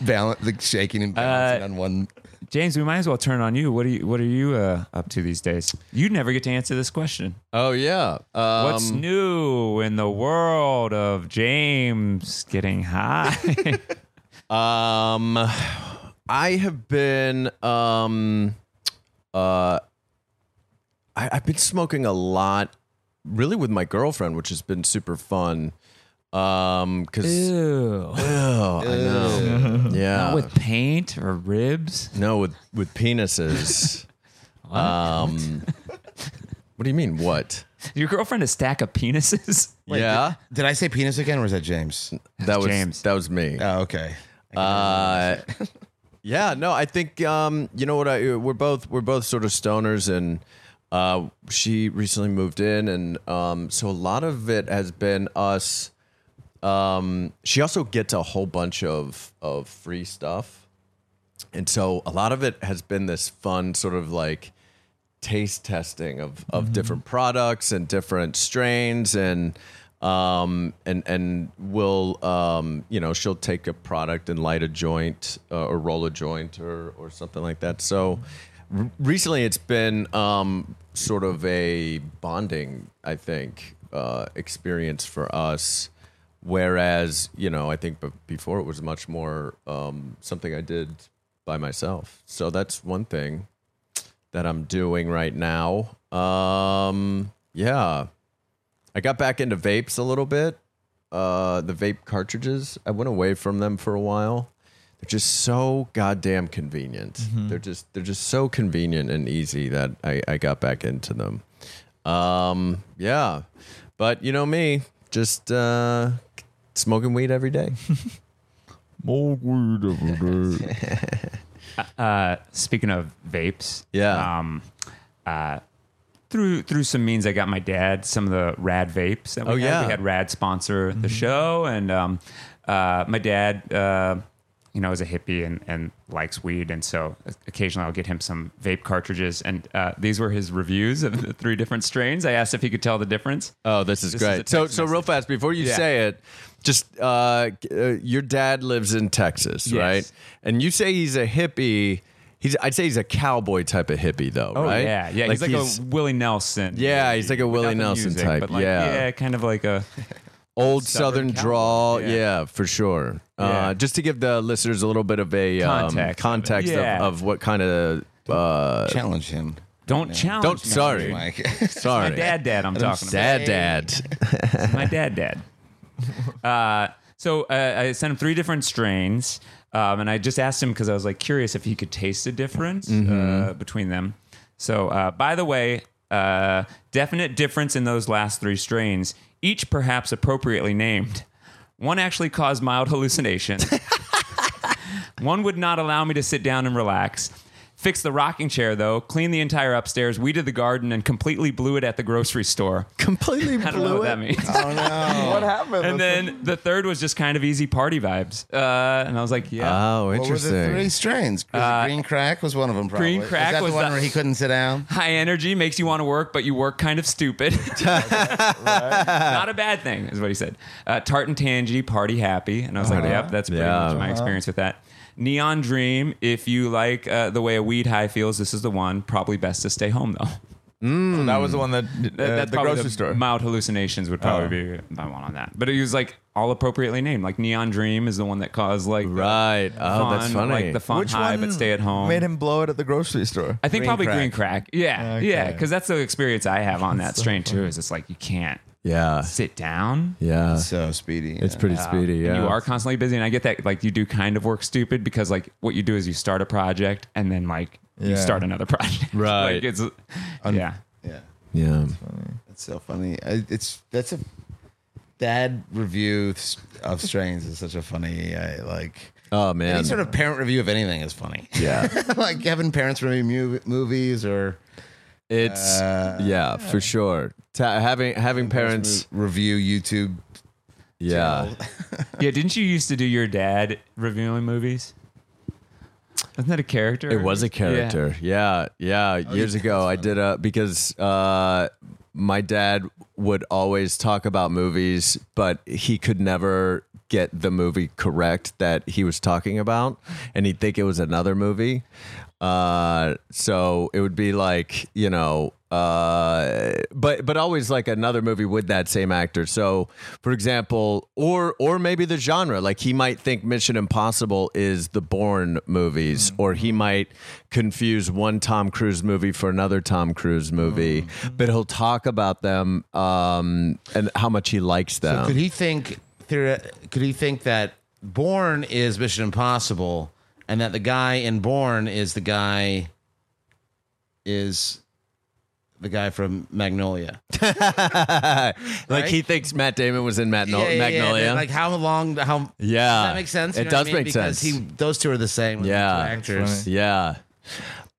Speaker 4: Balance, like shaking and balancing
Speaker 3: Uh,
Speaker 4: on one.
Speaker 3: James, we might as well turn on you. What are you? What are you uh, up to these days? You never get to answer this question.
Speaker 2: Oh yeah. Um,
Speaker 3: What's new in the world of James getting high?
Speaker 2: Um, I have been um, uh, I, I've been smoking a lot, really, with my girlfriend, which has been super fun. Um, because
Speaker 3: Ew.
Speaker 2: oh, I know, yeah,
Speaker 3: Not with paint or ribs.
Speaker 2: no, with with penises. um, what do you mean? What?
Speaker 3: Your girlfriend a stack of penises?
Speaker 2: yeah,
Speaker 4: Did I say penis again, or was that James?
Speaker 2: that was
Speaker 3: James.
Speaker 2: that was me.
Speaker 4: Oh, okay.
Speaker 2: Uh, yeah, no, I think um, you know what I we're both we're both sort of stoners and uh, she recently moved in and um, so a lot of it has been us um, she also gets a whole bunch of of free stuff. And so a lot of it has been this fun sort of like taste testing of of different products and different strains and um and and will um you know she'll take a product and light a joint uh, or roll a joint or or something like that so r- recently it's been um sort of a bonding i think uh experience for us whereas you know i think b- before it was much more um something i did by myself so that's one thing that I'm doing right now. Um, yeah, I got back into vapes a little bit. Uh, the vape cartridges, I went away from them for a while. They're just so goddamn convenient. They're just they're just so convenient and easy that I, I got back into them. Um, yeah, but you know me, just uh, smoking weed every day.
Speaker 3: Uh, speaking of vapes,
Speaker 2: Yeah.
Speaker 3: Um, uh, through through some means, I got my dad some of the Rad vapes that we
Speaker 2: Oh,
Speaker 3: had.
Speaker 2: yeah. Mm-hmm.
Speaker 3: We had Rad sponsor the show, and um, uh, my dad, uh, you know, is a hippie and, and likes weed, and so occasionally I'll get him some vape cartridges, and uh, these were his reviews of the three different strains. I asked if he could tell the difference.
Speaker 2: Oh, this is
Speaker 3: This is
Speaker 2: great.
Speaker 3: a
Speaker 2: so,
Speaker 3: text
Speaker 2: so real
Speaker 3: message.
Speaker 2: fast before you
Speaker 3: Yeah.
Speaker 2: say it, just uh, uh, your dad lives in Texas,
Speaker 3: Yes.
Speaker 2: right? And you say he's a hippie. He's I'd say he's a cowboy type of hippie though,
Speaker 3: Oh
Speaker 2: right?
Speaker 3: yeah, yeah. he's like a Willie Nelson.
Speaker 2: Yeah, he's like a
Speaker 3: Without
Speaker 2: Willie
Speaker 3: the
Speaker 2: Nelson
Speaker 3: music,
Speaker 2: type,
Speaker 3: But like,
Speaker 2: yeah.
Speaker 3: kind of like a.
Speaker 2: old
Speaker 3: Southern
Speaker 2: Southern,
Speaker 3: cowboy,
Speaker 2: drawl.
Speaker 3: yeah.
Speaker 2: Yeah. for sure.
Speaker 3: Yeah.
Speaker 2: Uh, just to give the listeners a little bit of a um,
Speaker 3: Context of it.
Speaker 2: context, of,
Speaker 3: Yeah.
Speaker 2: of what kind of uh,
Speaker 4: Challenge him.
Speaker 3: Don't challenge.
Speaker 2: don't
Speaker 3: me.
Speaker 2: sorry,
Speaker 4: Mike.
Speaker 2: sorry,
Speaker 3: My dad, dad. I'm talking about.
Speaker 2: dad, dad.
Speaker 3: my dad dad. Uh, so uh, I sent him three different strains, um, and I just asked him because I was like curious if he could taste the difference uh, between them. So, uh, by the way, uh, definite difference in those last three strains, each perhaps appropriately named. One actually caused mild hallucinations. One would not allow me to sit down and relax. Fixed the rocking chair though, cleaned the entire upstairs, weeded the garden, and completely blew it at the grocery store.
Speaker 2: Completely
Speaker 3: I don't know
Speaker 2: blew
Speaker 3: what that
Speaker 2: it.
Speaker 3: means
Speaker 5: What happened?
Speaker 3: and then the third was just kind of easy party vibes. Uh, and I was like, yeah.
Speaker 2: Oh,
Speaker 4: What were
Speaker 2: interesting.
Speaker 4: the three strains? green crack was one of them. Probably.
Speaker 3: Green Crack
Speaker 4: Is that
Speaker 3: was
Speaker 4: the one
Speaker 3: the-
Speaker 4: where he couldn't sit down?
Speaker 3: High energy makes you want to work, but you work kind of stupid. Not a bad thing, is what he said. Uh, tart and tangy, party happy. And I was like, yep, that's pretty
Speaker 2: Uh-huh. Yeah. Uh-huh.
Speaker 3: much my experience with that. Neon Dream, if you like uh, the way a weed high feels, this is the one. Probably best to stay home, though.
Speaker 2: Uh,
Speaker 5: that was the one that, uh,
Speaker 3: That- that's
Speaker 5: the
Speaker 3: probably
Speaker 5: grocery store.
Speaker 3: Mild hallucinations
Speaker 2: Oh.
Speaker 3: would probably be my one on that. But it was like all appropriately named. Like Neon Dream is the one that caused like the
Speaker 2: Right. Oh, that's
Speaker 3: fun,
Speaker 2: funny.
Speaker 3: Like the fun high, but stay at home.
Speaker 5: made him blow it at the grocery store?
Speaker 3: I think
Speaker 4: Green
Speaker 3: probably
Speaker 4: crack.
Speaker 3: green crack. Yeah,
Speaker 5: Okay.
Speaker 3: yeah, because that's the experience I have on that strain too. Is it's like you can't
Speaker 2: yeah,
Speaker 3: sit down.
Speaker 2: yeah.
Speaker 4: So speedy.
Speaker 2: It's pretty speedy.
Speaker 3: And
Speaker 2: Yeah,
Speaker 3: you are constantly busy, and I get that. Like you do kind of work stupid because like what you do is you start a project and then like you
Speaker 5: Yeah.
Speaker 3: start another project.
Speaker 2: Right.
Speaker 3: like it's yeah.
Speaker 4: yeah.
Speaker 2: Yeah.
Speaker 4: That's so funny. I, it's that's a dad review s- of strains is such a funny uh, like.
Speaker 2: Oh
Speaker 4: Any
Speaker 2: man.
Speaker 4: sort of parent review of anything is funny.
Speaker 2: yeah.
Speaker 4: like having parents review mov- movies or
Speaker 2: It's
Speaker 4: Uh,
Speaker 2: yeah for sure. Ta- having having parents.
Speaker 4: review YouTube.
Speaker 2: Yeah.
Speaker 3: Yeah, didn't you used to do your dad reviewing movies? Wasn't that a character?
Speaker 2: It was a character. Yeah, yeah.
Speaker 4: Oh,
Speaker 2: Years ago, I did a because uh, my dad would always talk about movies, but he could never get the movie correct that he was talking about, and he'd think it was another movie. Uh, so it would be like you know. Uh, but but always like another movie with that same actor. So, for example, or or maybe the genre. Like he might think Mission Impossible is the Bourne movies,
Speaker 4: Mm.
Speaker 2: or he might confuse one Tom Cruise movie for another Tom Cruise movie.
Speaker 4: Mm.
Speaker 2: But he'll talk about them um, and how much he likes them.
Speaker 4: Could he think? theor- Could he think that Born is Mission Impossible, and that the guy in Born is the guy is the guy from Magnolia?
Speaker 2: like
Speaker 4: Right?
Speaker 2: he thinks Matt Damon was in Matt
Speaker 4: Yeah, yeah, yeah.
Speaker 2: Magnolia. Yeah,
Speaker 4: Like how long? How does that make sense? You
Speaker 2: It
Speaker 4: know what I
Speaker 2: does
Speaker 4: mean?
Speaker 2: make
Speaker 4: because
Speaker 2: sense.
Speaker 4: He, those two are the same. with the
Speaker 2: Yeah.
Speaker 4: two actors.
Speaker 2: yeah.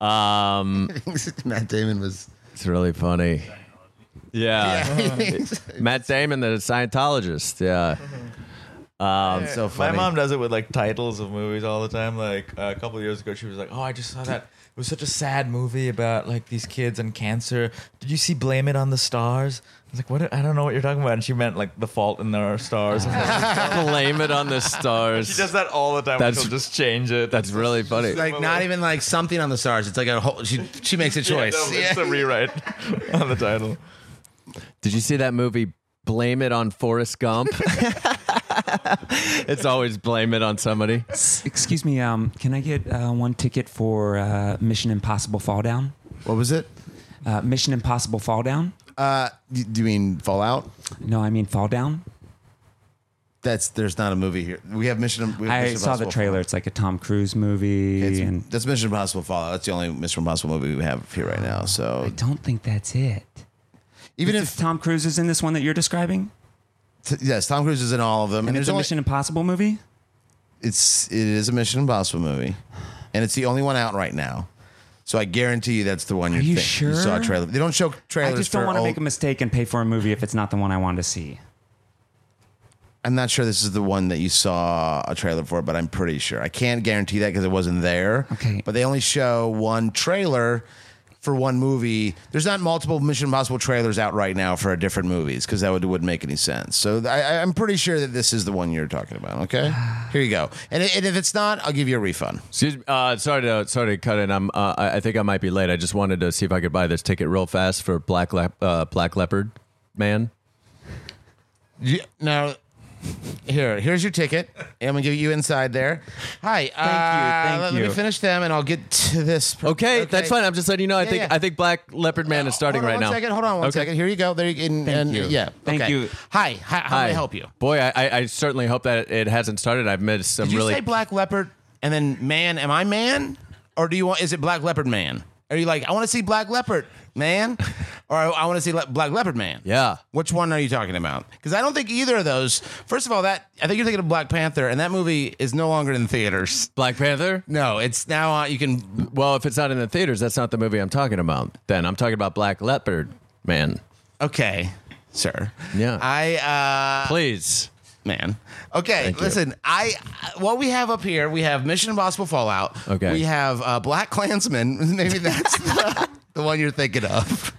Speaker 2: Um,
Speaker 4: Matt Damon was.
Speaker 2: it's really funny. yeah. Matt Damon, the Scientologist. Yeah.
Speaker 4: Mm-hmm.
Speaker 2: Um,
Speaker 4: It's so
Speaker 5: My
Speaker 4: funny.
Speaker 5: mom does it with like titles of movies all the time. Like uh, a couple of years ago, she was like, "Oh, I just saw that. It was such a sad movie about like these kids and cancer. Did you see Blame It on the Stars?" I was like, "What? I don't know what you're talking about." And she meant like The Fault in Our Stars. I was like,
Speaker 2: Blame it on the stars.
Speaker 5: she does that all the time.
Speaker 2: That's-
Speaker 5: She'll just change it.
Speaker 2: That's really funny.
Speaker 4: like not even like something on the stars. It's like a whole. She she makes a
Speaker 5: Yeah,
Speaker 4: choice.
Speaker 5: no, It's a rewrite on the title.
Speaker 2: Did you see that movie? Blame it on Forrest Gump. it's always blame it on somebody.
Speaker 3: Excuse me, um, can I get uh, one ticket for uh, Mission Impossible Fall Down?
Speaker 4: What was it?
Speaker 3: Uh, Mission Impossible Fall Down?
Speaker 4: Uh, do do you mean Fallout?
Speaker 3: No, I mean Fall Down.
Speaker 4: That's there's not a movie here. We have Mission. We have
Speaker 3: I
Speaker 4: Mission
Speaker 3: saw the
Speaker 4: Impossible
Speaker 3: trailer. It's like a Tom Cruise movie,
Speaker 4: Fallout.
Speaker 3: and
Speaker 4: It's, that's Mission Impossible Fallout. That's the only Mission Impossible movie we have here right now.
Speaker 3: I
Speaker 4: So
Speaker 3: don't think that's it.
Speaker 4: even
Speaker 3: Is
Speaker 4: if
Speaker 3: Tom Cruise is in this one that you're describing,
Speaker 4: t- yes, Tom Cruise is in all of them, and,
Speaker 3: and
Speaker 4: there's
Speaker 3: it's a
Speaker 4: only,
Speaker 3: Mission Impossible movie.
Speaker 4: it's it is a Mission Impossible movie, and it's the only one out right now. So I guarantee you that's the one you're.
Speaker 3: you
Speaker 4: think- You
Speaker 3: sure?
Speaker 4: saw a trailer. They don't show
Speaker 3: I
Speaker 4: trailers.
Speaker 3: just don't
Speaker 4: for
Speaker 3: want to
Speaker 4: old-
Speaker 3: make a mistake and pay for a movie if it's not the one I wanted to see.
Speaker 4: I'm not sure this is the one that you saw a trailer for, but I'm pretty sure. I can't guarantee that because it wasn't there.
Speaker 3: Okay.
Speaker 4: But they only show one trailer for one movie. There's not multiple Mission Impossible trailers out right now for different movies because that would, wouldn't make any sense. So I, I'm pretty sure that this is the one you're talking about. Okay, here you go. And, i- and if it's not, I'll give you a refund.
Speaker 2: Excuse me. Uh, sorry to sorry to cut in. I'm. Uh, I I think I might be late. I just wanted to see if I could buy this ticket real fast for Black Lep uh, Black Leopard Man.
Speaker 4: You- Now, here, here's your ticket. I'm gonna give you inside there. Hi. Thank
Speaker 3: thank
Speaker 4: let,
Speaker 3: you.
Speaker 4: me finish them, and I'll get to this. per-
Speaker 2: Okay, that's fine. I'm just letting you know. I
Speaker 4: Yeah,
Speaker 2: think
Speaker 4: yeah. Oh,
Speaker 2: I think Black Leopard Man is starting
Speaker 4: hold
Speaker 2: right
Speaker 4: on
Speaker 2: now.
Speaker 4: one second. Hold on one
Speaker 2: Okay.
Speaker 4: second. Here you go. There. You, and, and,
Speaker 3: you.
Speaker 4: Yeah.
Speaker 3: Thank
Speaker 4: okay.
Speaker 3: you.
Speaker 4: Hi. Hi. How
Speaker 2: Hi.
Speaker 4: may I help you?
Speaker 2: Boy, I, I, I certainly hope that it hasn't started. I've missed some
Speaker 4: Did you
Speaker 2: really.
Speaker 4: say black leopard and then man? Am I man? Or do you want? Is it black leopard man? Are you like I want to see black leopard man, or I, I want to see le- black leopard man?
Speaker 2: Yeah.
Speaker 4: Which one are you talking about? Because I don't think either of those. First of all, that I think you're thinking of Black Panther, and that movie is no longer in theaters.
Speaker 2: Black Panther?
Speaker 4: No, it's now uh, you can.
Speaker 2: Well, if it's not in the theaters, that's not the movie I'm talking about. Then I'm talking about Black Leopard Man.
Speaker 4: Okay, sir.
Speaker 2: Yeah.
Speaker 4: I uh,
Speaker 2: Please.
Speaker 4: man. Okay, listen. I what we have up here, we have Mission Impossible Fallout.
Speaker 2: Okay.
Speaker 4: we have uh, Black Klansman. Maybe that's the, the one you're thinking of.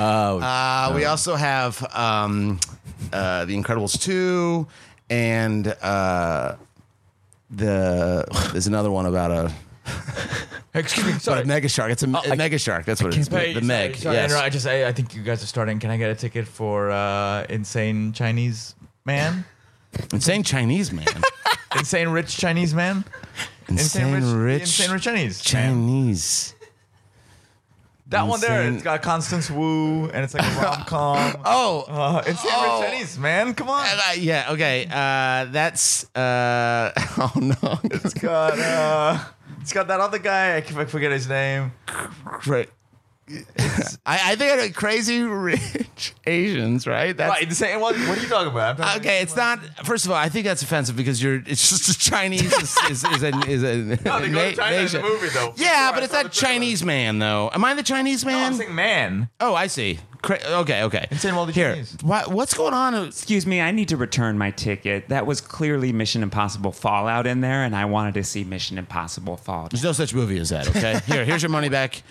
Speaker 2: Oh,
Speaker 4: Uh, we also have um, uh, The Incredibles two, and uh, the there's another one about a.
Speaker 5: Excuse me.
Speaker 4: But
Speaker 5: Sorry. Oh,
Speaker 4: a mega shark. It's a, a mega shark. That's what it is.
Speaker 5: Hey,
Speaker 4: The
Speaker 5: sorry,
Speaker 4: Meg.
Speaker 5: sorry,
Speaker 4: yes.
Speaker 5: no, I just I, I think you guys are starting. Can I get a ticket for uh, insane Chinese man?
Speaker 4: Insane Chinese man.
Speaker 5: insane rich Chinese man?
Speaker 4: Insane rich.
Speaker 5: insane rich Chinese. man.
Speaker 4: Chinese.
Speaker 5: That one there,
Speaker 4: insane-
Speaker 5: it's got Constance Wu, and it's like a rom com.
Speaker 4: Oh,
Speaker 5: uh, insane rich Chinese man. Come on.
Speaker 4: Uh, yeah. Okay. Uh, that's. Uh, oh no.
Speaker 5: It's got uh, it's got that other guy. I can- I forget his name.
Speaker 4: Right. I, I think I know crazy rich Asians. Right. That's.
Speaker 5: Right, the same one. What are you talking about? I'm talking
Speaker 4: Okay, it's not. First of all, I think that's offensive because you're. It's just Chinese is is, is an is a
Speaker 5: About, no, they go to China in the movie though.
Speaker 4: Yeah,
Speaker 5: Before
Speaker 4: but
Speaker 5: I
Speaker 4: it's that
Speaker 5: saw the trailer.
Speaker 4: Chinese man though. Am I the Chinese
Speaker 5: No, I'm
Speaker 4: man?
Speaker 5: saying man.
Speaker 4: oh, I see. Cra- okay, okay.
Speaker 5: It's in all the
Speaker 4: Here,
Speaker 5: Chinese.
Speaker 4: what, what's going on?
Speaker 3: Excuse me, I need to return my ticket. That was clearly Mission Impossible Fallout in there, and I wanted to see Mission Impossible Fallout.
Speaker 4: There's no such movie as that. Okay, here, here's your money back.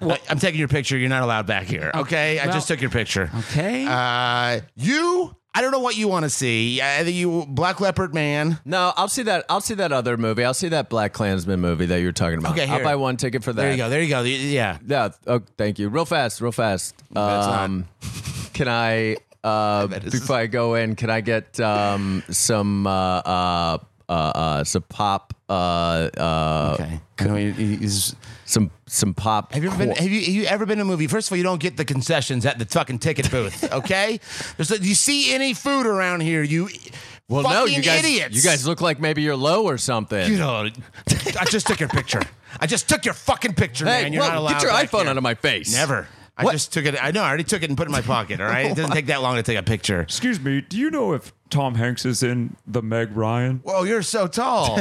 Speaker 4: I'm taking your picture. You're not allowed back here.
Speaker 5: Oh,
Speaker 4: Okay, I
Speaker 3: well-
Speaker 4: just took your picture.
Speaker 3: Okay.
Speaker 4: Uh, you, I don't know what you want to see. Either you Black Leopard Man.
Speaker 2: no, I'll see that. I'll see that other movie. I'll see that Black Klansman movie that you were talking about.
Speaker 4: Okay,
Speaker 2: I'll
Speaker 4: here.
Speaker 2: buy one ticket for that.
Speaker 4: There you go. There you go. Yeah.
Speaker 2: Yeah. th- Oh, thank you. Real fast. Real fast. Um, can I, uh, before I go in, can I get um, some uh, uh, uh, uh, some pop, uh, uh,
Speaker 4: Okay. I know you- you- you-
Speaker 2: some some pop?
Speaker 4: Have you ever been?
Speaker 2: quar-
Speaker 4: Have you, have you ever been to a movie? First of all, you don't get the concessions at the fucking ticket booth. Okay. There's. A, do you see any food around here? You.
Speaker 2: well,
Speaker 4: fucking
Speaker 2: no, you guys.
Speaker 4: idiots.
Speaker 2: You guys look like maybe you're low or
Speaker 4: You
Speaker 2: something.
Speaker 4: know. I just took your picture. I just took your fucking picture,
Speaker 2: hey,
Speaker 4: man. You're
Speaker 2: whoa,
Speaker 4: not allowed.
Speaker 2: get your
Speaker 4: back
Speaker 2: iPhone
Speaker 4: here.
Speaker 2: out of my face.
Speaker 4: Never. I
Speaker 2: What?
Speaker 4: just took it. I know. I already took it and put it in my pocket. All right. It doesn't take that long to take a picture.
Speaker 3: Excuse me, do you know if Tom Hanks is in the Meg Ryan?
Speaker 4: Whoa, you're so tall.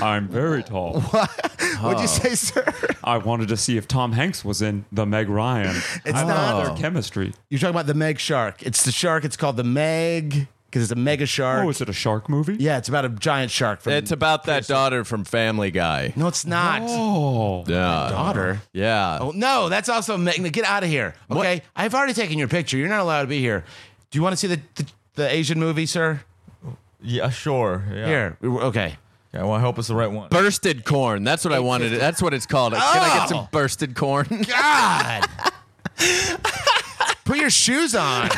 Speaker 3: I'm very tall.
Speaker 4: What'd you say, sir?
Speaker 3: I wanted to see if Tom Hanks was in the Meg Ryan. It's I
Speaker 4: not.
Speaker 3: love their chemistry.
Speaker 4: You're talking about the Meg shark. It's the shark. It's called the Meg because it's a mega shark.
Speaker 3: Oh, is it a shark movie?
Speaker 4: yeah, it's about a giant shark. From,
Speaker 2: It's about that daughter from Family Guy.
Speaker 4: no, it's not.
Speaker 3: Oh,
Speaker 2: Yeah.
Speaker 4: Daughter.
Speaker 2: Yeah.
Speaker 4: Oh, no, that's also Meg. Get out of here. Okay, I've already taken your picture. You're not allowed to be here. Do you want to see the the, the Asian movie, sir?
Speaker 5: Yeah, sure. Yeah.
Speaker 4: Here. we were- Okay.
Speaker 5: Yeah, well, I hope it's the right one.
Speaker 2: Bursted corn. That's what I wanted. That's what it's called. Can I get
Speaker 4: Oh.
Speaker 2: some bursted corn?
Speaker 4: God. Put your shoes on.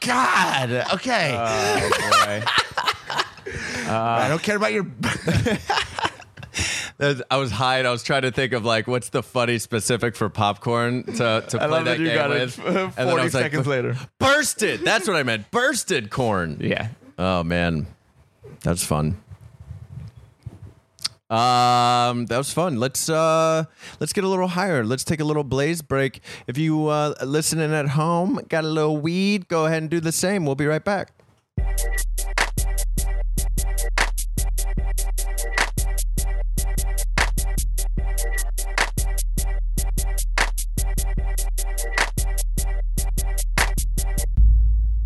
Speaker 4: God. Okay.
Speaker 5: Uh, Boy.
Speaker 4: I don't care about your.
Speaker 2: That- I was high and I was trying to think of like what's the funny specific for popcorn to, to play
Speaker 5: I love
Speaker 2: that
Speaker 5: that you
Speaker 2: game
Speaker 5: got it
Speaker 2: with.
Speaker 5: uh,
Speaker 2: And then I
Speaker 5: 40
Speaker 2: was like,
Speaker 5: seconds later.
Speaker 2: Bursted. That's what I meant. Bursted corn.
Speaker 3: yeah.
Speaker 2: Oh man, that's fun. Um, that was fun. Let's uh, let's get a little higher. Let's take a little blaze break. If you uh, listening at home, got a little weed, go ahead and do the same. We'll be right back.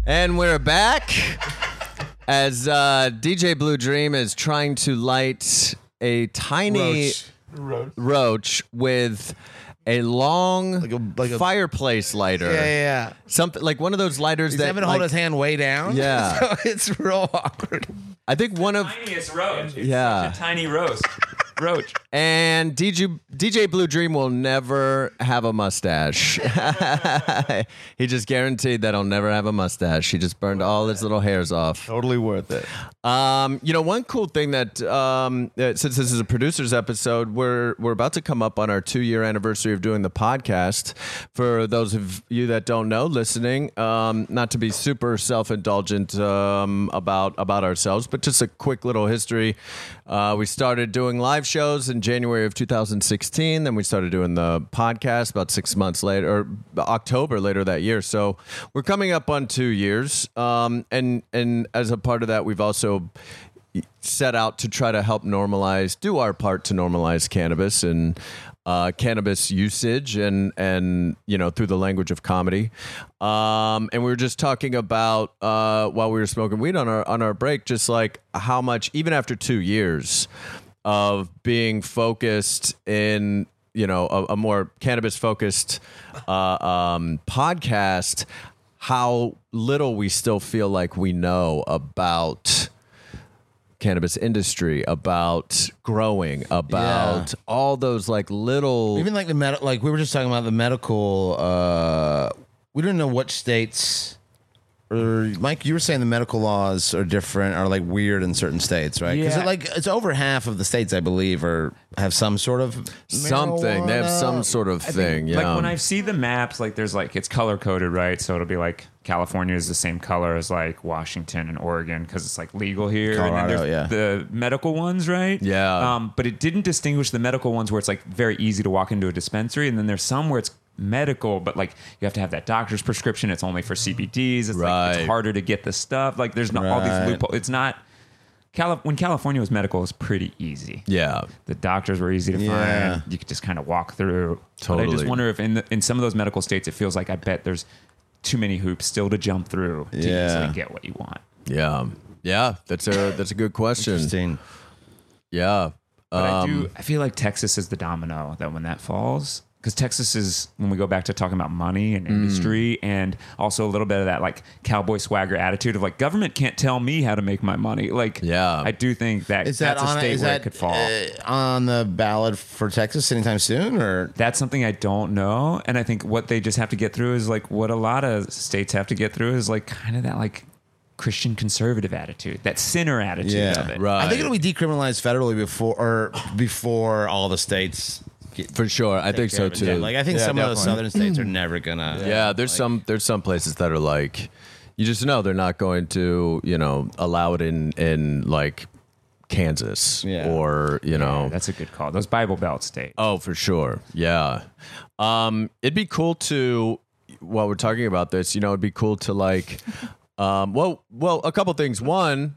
Speaker 2: And we're back as uh, DJ Blue Dream is trying to light a tiny
Speaker 4: Roach.
Speaker 2: roach with a long
Speaker 4: Like a- like a-
Speaker 2: fireplace lighter.
Speaker 4: Yeah, yeah. yeah.
Speaker 2: Something like one of those lighters
Speaker 4: He's
Speaker 2: that
Speaker 4: having to hold
Speaker 2: like-
Speaker 4: his hand way down.
Speaker 2: Yeah.
Speaker 4: so it's real awkward.
Speaker 2: I think one of
Speaker 3: Tiniest roach.
Speaker 2: Yeah.
Speaker 3: tiny roast. Roach.
Speaker 2: and DJ DJ Blue Dream will never have a mustache. he just guaranteed that I'll never have a mustache. He just burned all his little hairs off.
Speaker 5: Totally worth it.
Speaker 2: Um, you know, one cool thing that um, uh, since this is a producers episode, we're we're about to come up on our two year anniversary of doing the podcast. For those of you that don't know, listening, um, not to be super self indulgent um, about about ourselves, but just a quick little history. Uh, we started doing live shows in January of 2016. Then we started doing the podcast about six months later, or October later that year. So we're coming up on two years, um, and and as a part of that, we've also set out to try to help normalize, do our part to normalize cannabis and uh, cannabis usage, and and you know through the language of comedy. Um, and we were just talking about uh, while we were smoking weed on our on our break, just like how much even after two years of being focused in you know a, a more cannabis focused uh, um, podcast, how little we still feel like we know about cannabis industry, about growing, about all those like little.
Speaker 4: Even like the med- like we were just talking about the medical. Uh, we don't know what states. Or Mike, you were saying the medical laws are different, are like weird in certain states, right? Because
Speaker 3: Yeah.
Speaker 4: like it's over half of the states, I believe, are have some sort of
Speaker 2: Something they have some
Speaker 4: marijuana.
Speaker 2: sort of thing, yeah.
Speaker 3: Like when I see the maps, like there's like it's color coded, right? So it'll be like California is the same color as like Washington and Oregon because it's like legal here. and
Speaker 4: Colorado,
Speaker 3: then there's
Speaker 4: yeah.
Speaker 3: the medical ones, right?
Speaker 2: Yeah.
Speaker 3: Um, but it didn't distinguish the medical ones where it's like very easy to walk into a dispensary, and then there's some where it's medical, but like you have to have that doctor's prescription. It's only for CBDs. It's like
Speaker 2: Right.
Speaker 3: it's harder to get the stuff. Like there's no, all
Speaker 4: Right.
Speaker 3: these loopholes. It's not. Cali- when California was medical, it was pretty easy
Speaker 2: yeah,
Speaker 3: the doctors were easy to
Speaker 4: Yeah.
Speaker 3: find. You could just kind of walk through. But I
Speaker 2: Totally.
Speaker 3: just wonder if in the, in some of those medical states, it feels like I bet there's too many hoops still to jump through to
Speaker 4: Yeah.
Speaker 3: easily get what you want.
Speaker 2: yeah, yeah. That's a that's a good question.
Speaker 4: Interesting.
Speaker 2: Yeah, Uh,
Speaker 3: But I do. I feel like Texas is the domino that when that falls, because Texas is when we go back to talking about money
Speaker 4: Mm.
Speaker 3: and industry, and also a little bit of that like cowboy swagger attitude of like government can't tell me how to make my money. Like,
Speaker 2: Yeah.
Speaker 3: I do think that
Speaker 4: Is that
Speaker 3: that's
Speaker 4: on
Speaker 3: a state
Speaker 4: is
Speaker 3: where
Speaker 4: that
Speaker 3: it could fall.
Speaker 4: uh, on the ballot for Texas anytime soon, or
Speaker 3: that's something I don't know. And I think what they just have to get through is like what a lot of states have to get through is like kind of that like Christian conservative attitude, that sinner attitude
Speaker 4: Yeah,
Speaker 3: of it.
Speaker 2: right.
Speaker 4: I think it'll be decriminalized federally before or before all the states get
Speaker 2: for sure. I think so too.
Speaker 4: Yeah, like I think
Speaker 5: Yeah,
Speaker 4: some of those southern
Speaker 5: definitely.
Speaker 4: states are never gonna.
Speaker 2: yeah, there's some there's some places that are like you just know they're not going to you know allow it in in like Kansas
Speaker 4: Yeah.
Speaker 2: or you know
Speaker 3: Yeah, that's a good call. Those Bible Belt states.
Speaker 2: Oh, for sure. Yeah. Um, it'd be cool to while we're talking about this, you know, it'd be cool to like um well well, a couple things. One,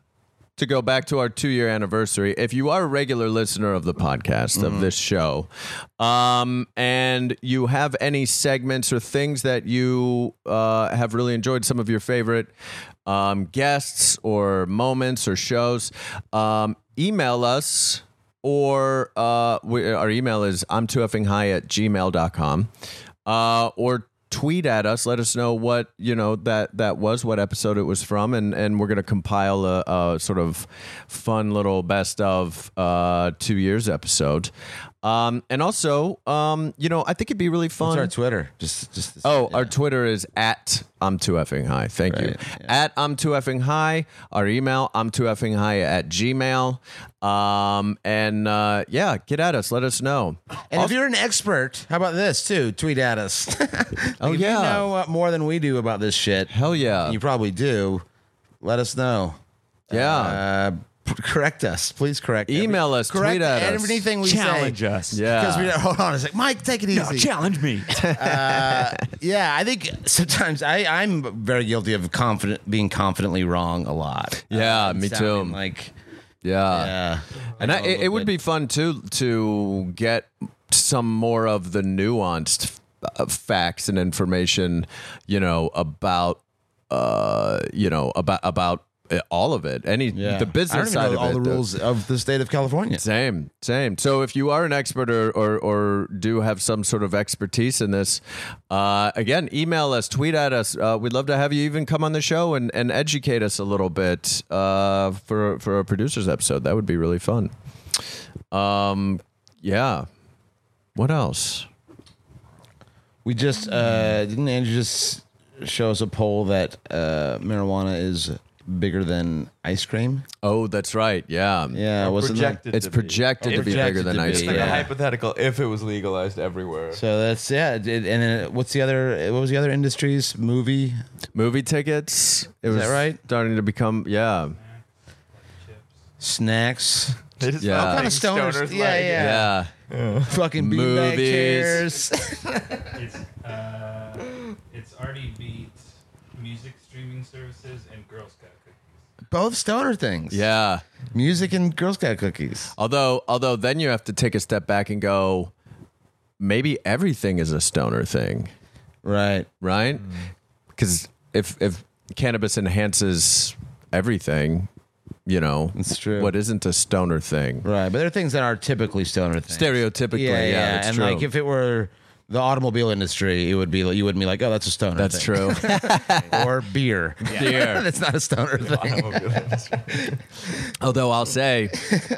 Speaker 2: to go back to our two year anniversary, if you are a regular listener of the podcast, of this show, um, and you have any segments or things that you uh, have really enjoyed, some of your favorite um, guests or moments or shows, um, email us. Or uh, we, our email is I'm 2 high at gmail.com. Uh, or tweet at us let us know what you know that that was what episode it was from and and we're going to compile a, a sort of fun little best of uh two years episode um and also um you know i think it'd be really fun
Speaker 4: What's our Twitter? Just, just.
Speaker 2: Oh, our Twitter is at I'm too effing high. Thank you.
Speaker 4: Right,
Speaker 2: At I'm too effing high. Our email, I'm too effing high at Gmail. Um, and uh, yeah, get at us. Let us know.
Speaker 4: and if you're an expert, how about this too? Tweet at us.
Speaker 2: Oh,
Speaker 4: if
Speaker 2: yeah.
Speaker 4: you know uh, more than we do about this shit.
Speaker 2: Hell yeah.
Speaker 4: you probably do. Let us know.
Speaker 2: yeah.
Speaker 4: Uh, p- correct us, please. Correct.
Speaker 2: Email us,
Speaker 4: Correct
Speaker 2: tweet at us.
Speaker 4: Anything we
Speaker 3: Challenge
Speaker 4: say.
Speaker 3: us.
Speaker 2: Yeah.
Speaker 4: Because we don't, hold on, it's like Mike, take it easy.
Speaker 3: No, challenge me.
Speaker 4: Yeah, I think sometimes I, I'm very guilty of confident being confidently wrong a lot.
Speaker 2: Yeah, me
Speaker 4: sounding
Speaker 2: too.
Speaker 4: Like, uh,
Speaker 2: yeah.
Speaker 4: yeah,
Speaker 2: and I, it, it would be fun too to get some more of the nuanced uh, facts and information you know about uh you know about about uh, all of it. Any the
Speaker 4: I don't
Speaker 2: business
Speaker 4: even
Speaker 2: side
Speaker 4: know
Speaker 2: of
Speaker 4: all
Speaker 2: it,
Speaker 4: the
Speaker 2: the-
Speaker 4: rules of the state of California.
Speaker 2: Same, same. So if you are an expert or or, or do have some sort of expertise in this, uh, again, email us, tweet at us. Uh, we'd love to have you even come on the show and, and educate us a little bit uh, for for a producers episode. That would be really fun. Um, yeah. What else?
Speaker 4: We just uh, didn't Andrew just show us a poll that uh, marijuana is bigger than ice cream?
Speaker 2: Oh, that's right. Yeah.
Speaker 4: Yeah, wasn't that-
Speaker 5: projected
Speaker 2: It's
Speaker 5: to be.
Speaker 2: projected to be
Speaker 4: Projected
Speaker 2: bigger than
Speaker 4: to be,
Speaker 2: ice
Speaker 5: It's like
Speaker 2: cream.
Speaker 5: a
Speaker 4: Yeah.
Speaker 5: hypothetical if it was legalized everywhere.
Speaker 4: So that's yeah. It, and then what's the other? What was the other industries? Movie.
Speaker 2: Movie tickets. It was
Speaker 4: that right?
Speaker 2: starting to become yeah.
Speaker 4: snacks,
Speaker 5: They just
Speaker 2: Yeah.
Speaker 5: felt
Speaker 2: What kind
Speaker 4: of
Speaker 5: like
Speaker 4: stoners- yeah,
Speaker 5: like-
Speaker 4: yeah.
Speaker 2: Yeah.
Speaker 4: fucking
Speaker 2: Movies.
Speaker 4: beanbag chairs.
Speaker 6: It's uh, it's already beat music streaming services and Girl Scout cookies.
Speaker 4: Both stoner things.
Speaker 2: Yeah.
Speaker 4: music and Girl Scout cookies.
Speaker 2: Although, although then you have to take a step back and go, maybe everything is a stoner thing,
Speaker 4: Right.
Speaker 2: right? Because if if cannabis enhances everything, you know,
Speaker 4: It's true.
Speaker 2: What isn't a stoner thing?
Speaker 4: Right. But there are things that are typically stoner things.
Speaker 2: Stereotypically, yeah, it's
Speaker 4: and
Speaker 2: true.
Speaker 4: like if it were the automobile industry, it would be you wouldn't be like, oh, that's a stoner.
Speaker 2: That's
Speaker 4: thing.
Speaker 2: true.
Speaker 4: true. or beer.
Speaker 2: Beer.
Speaker 4: that's not a stoner thing.
Speaker 2: Although I'll say,